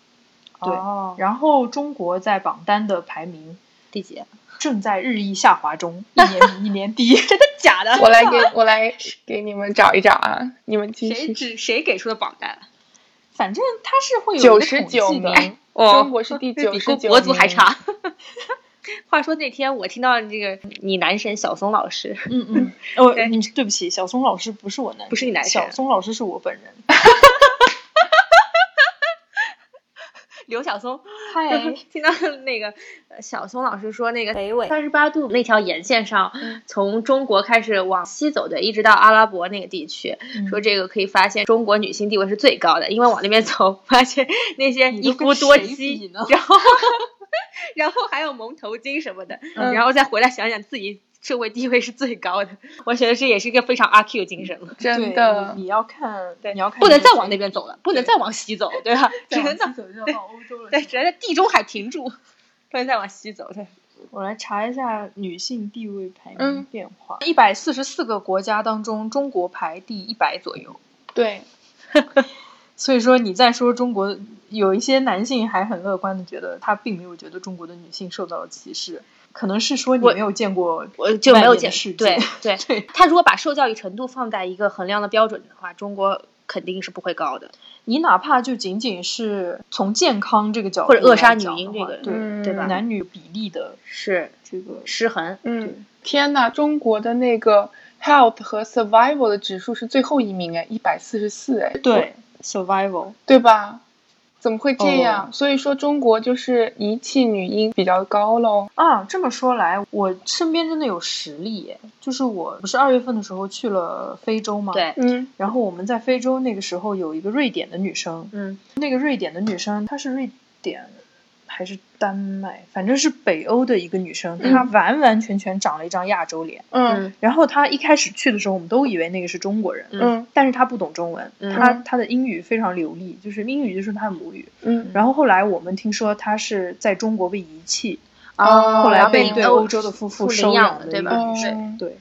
A: 对
B: 哦哦
A: 然后中国在榜单的排名
B: 第几？
A: 正在日益下滑中，一年比一年低，真的假的
C: 我来给我来给你们找一找啊，你们继
B: 谁
C: 续。
B: 指谁给出的榜单？
A: 反正它是会有
C: 九
A: 一个
C: 十
A: 统计
C: 九
A: 的。
C: 名，
B: 哦
C: 中国是第
B: 这
C: 九
B: 比
C: 十
B: 国
C: 九，
B: 国足还。 [LAUGHS] 差。话说那天我听到这个你男神小松老师，
A: [LAUGHS] 嗯嗯，哦
B: 对，
A: 你对不起，小松老师不是我男神，
B: 不是你男神
A: 小松老师是我本人。
B: [LAUGHS] 刘晓 [LAUGHS] 松，
A: 嗨，
B: 听到那个呃小松老师说那个北纬三十八度那条沿线上，从中国开始往西走，对，一直到阿拉伯那个地区，说
A: 嗯
B: 这个可以发现中国女性地位是最高的，因为往那边走，发现那些
A: 你都
B: 一夫
A: 跟
B: 多
A: 谁比
B: 妻
A: 呢，
B: 然后然后还有蒙头巾什么的，
C: 嗯
B: 然后再回来想想自己。社会地位是最高的，我觉得这也是一个非常阿 Q 精神了。
C: 真
A: 对
C: 的
A: 你，你要看，
B: 对，
A: 嗯你要看，
B: 不能再往那边走了，不能再往西走，对吧？只
A: 再往
B: 能
A: 西
B: 在
A: 走就
B: [LAUGHS]
A: 要到欧洲了。
B: 对，
A: 是
B: 只
A: 吧
B: 能在地中海停住，不能再往西走。对，
A: 我来查一下女性地位排名
C: 嗯
A: 变化，一百四十四个国家当中，中国排第一百左右。
C: 对，
A: 所以说，你再说中国有一些男性还很乐观的觉得他并没有觉得中国的女性受到了歧视，可能是说你
B: 我
A: 没有见过
B: 我就没有
A: 外面的
B: 见
A: 世界 [LAUGHS]
B: 对对
A: 对
B: 他如果把受教育程度放在一个衡量的标准的话，中国肯定是不会高的。
A: 你哪怕就仅仅是从健康这个角度
B: 或者扼杀
A: 来讲
B: 女婴
A: 的话
B: 这个
A: 对、
C: 嗯
B: 对吧
A: 男女比例的
B: 是
A: 这个
B: 失衡，
C: 嗯，天呐，中国的那个 health 和 survival 的指数是最后一名哎，一百四十四哎，
A: 对 survival
C: 对吧？怎么会这样？所以说中国就是遗弃女婴比较高喽。
A: 啊，这么说来，我身边真的有实例耶，就是我不是二月份的时候去了非洲吗？。
B: 对，
C: 嗯
A: 然后我们在非洲那个时候有一个瑞典的女生，
B: 嗯，
A: 那个瑞典的女生她是瑞典还是丹麦，反正是北欧的一个女生，
C: 嗯
A: 她完完全全长了一张亚洲脸。
C: 嗯
A: 然后她一开始去的时候，我们都以为那个是中国人，
C: 嗯
A: 但是她不懂中文，
B: 嗯
A: 她她的英语非常流利，就是英语就是她的母语。
C: 嗯
A: 然后后来我们听说她是在中国被遗弃，
C: 哦
A: 后来
C: 然后
A: 被
C: 被
A: 对
B: 欧
A: 欧洲的夫妇
B: 妇领
A: 收
B: 养
A: 养
B: 了
A: 的
B: 对
A: 一个
B: 吧
A: 女生。
C: 嗯
A: 对，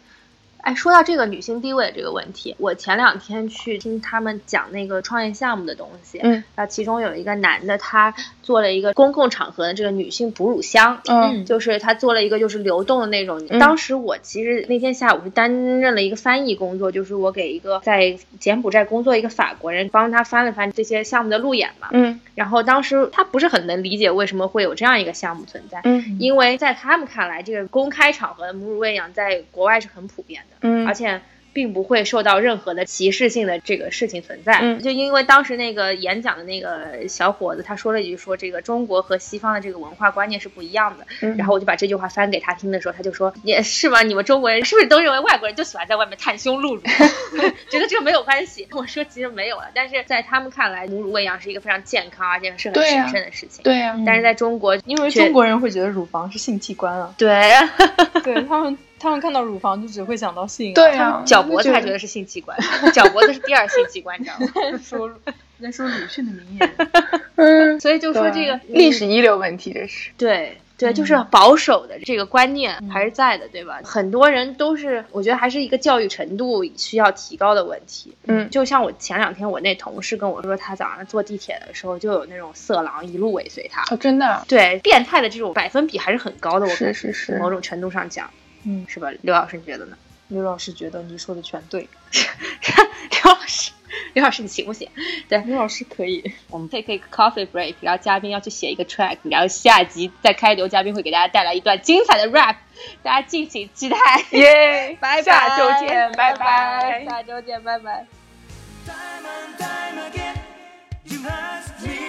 B: 哎，说到这个女性地位这个问题，我前两天去听他们讲那个创业项目的东西，
C: 嗯
B: 然后其中有一个男的，他做了一个公共场合的这个女性哺乳箱，
C: 嗯
B: 就是他做了一个就是流动的那种。
C: 嗯
B: 当时我其实那天下午是担任了一个翻译工作，就是我给一个在柬埔寨工作一个法国人，帮他翻了翻这些项目的路演嘛。
C: 嗯
B: 然后当时他不是很能理解为什么会有这样一个项目存在，
C: 嗯
B: 因为在他们看来，这个公开场合的母乳喂养在国外是很普遍的。
C: 嗯，
B: 而且并不会受到任何的歧视性的这个事情存在。
C: 嗯
B: 就因为当时那个演讲的那个小伙子，他说了一句说这个中国和西方的这个文化观念是不一样的。
C: 嗯
B: 然后我就把这句话翻给他听的时候，他就说也是吧，你们中国人是不是都认为外国人就喜欢在外面袒胸露乳， [LAUGHS] 觉得这个没有关系？我说其实没有了，但是在他们看来，母乳喂养是一个非常健康而且是很
C: 对啊
B: 神圣的事情。
C: 对呀、
B: 但是在中国，
A: 因为
B: 却
A: 中国人会觉得乳房是性器官 [LAUGHS] 啊，
B: 对 [LAUGHS]
A: 对他们，他们看到乳房就只会想到性、啊。
C: 对啊，
B: 脚脖子还觉
C: 得
B: 得是性器官， [LAUGHS] 脚脖子是第二性器官，你知道吗？
A: [LAUGHS] 说在说鲁迅的名言，
C: 嗯，
B: 所以就说这
C: 对
B: 个
C: 历史遗留问题，这是
B: 对对，就是
A: 嗯
B: 保守的这个观念
A: 嗯
B: 还是在的，对吧？很多人都是，我觉得还是一个教育程度需要提高的问题。
C: 嗯
B: 就像我前两天我那同事跟我说，他早上坐地铁的时候就有那种色狼一路尾随他。
C: 哦，真的啊
B: 对，变态的这种百分比还是很高的，我
C: 是
B: 感
C: 是
B: 觉
C: 是
B: 某，种程度上讲，
A: 嗯，
B: 是吧？刘老师你觉得呢？ [LAUGHS]
A: 刘老师觉得你说的全对，
B: 刘老师，刘老师你行不行？
A: 刘老师可以。
B: 我们可以可以 coffee break，然后嘉宾要去写一个 track，然后下集再开流，嘉宾会给大家带来一段精彩的 rap，大家敬请期待。
A: [LAUGHS]
C: 耶，
B: 拜拜，
C: 下周见，拜拜
B: 下周见，拜拜。
D: Time and time again, you ask me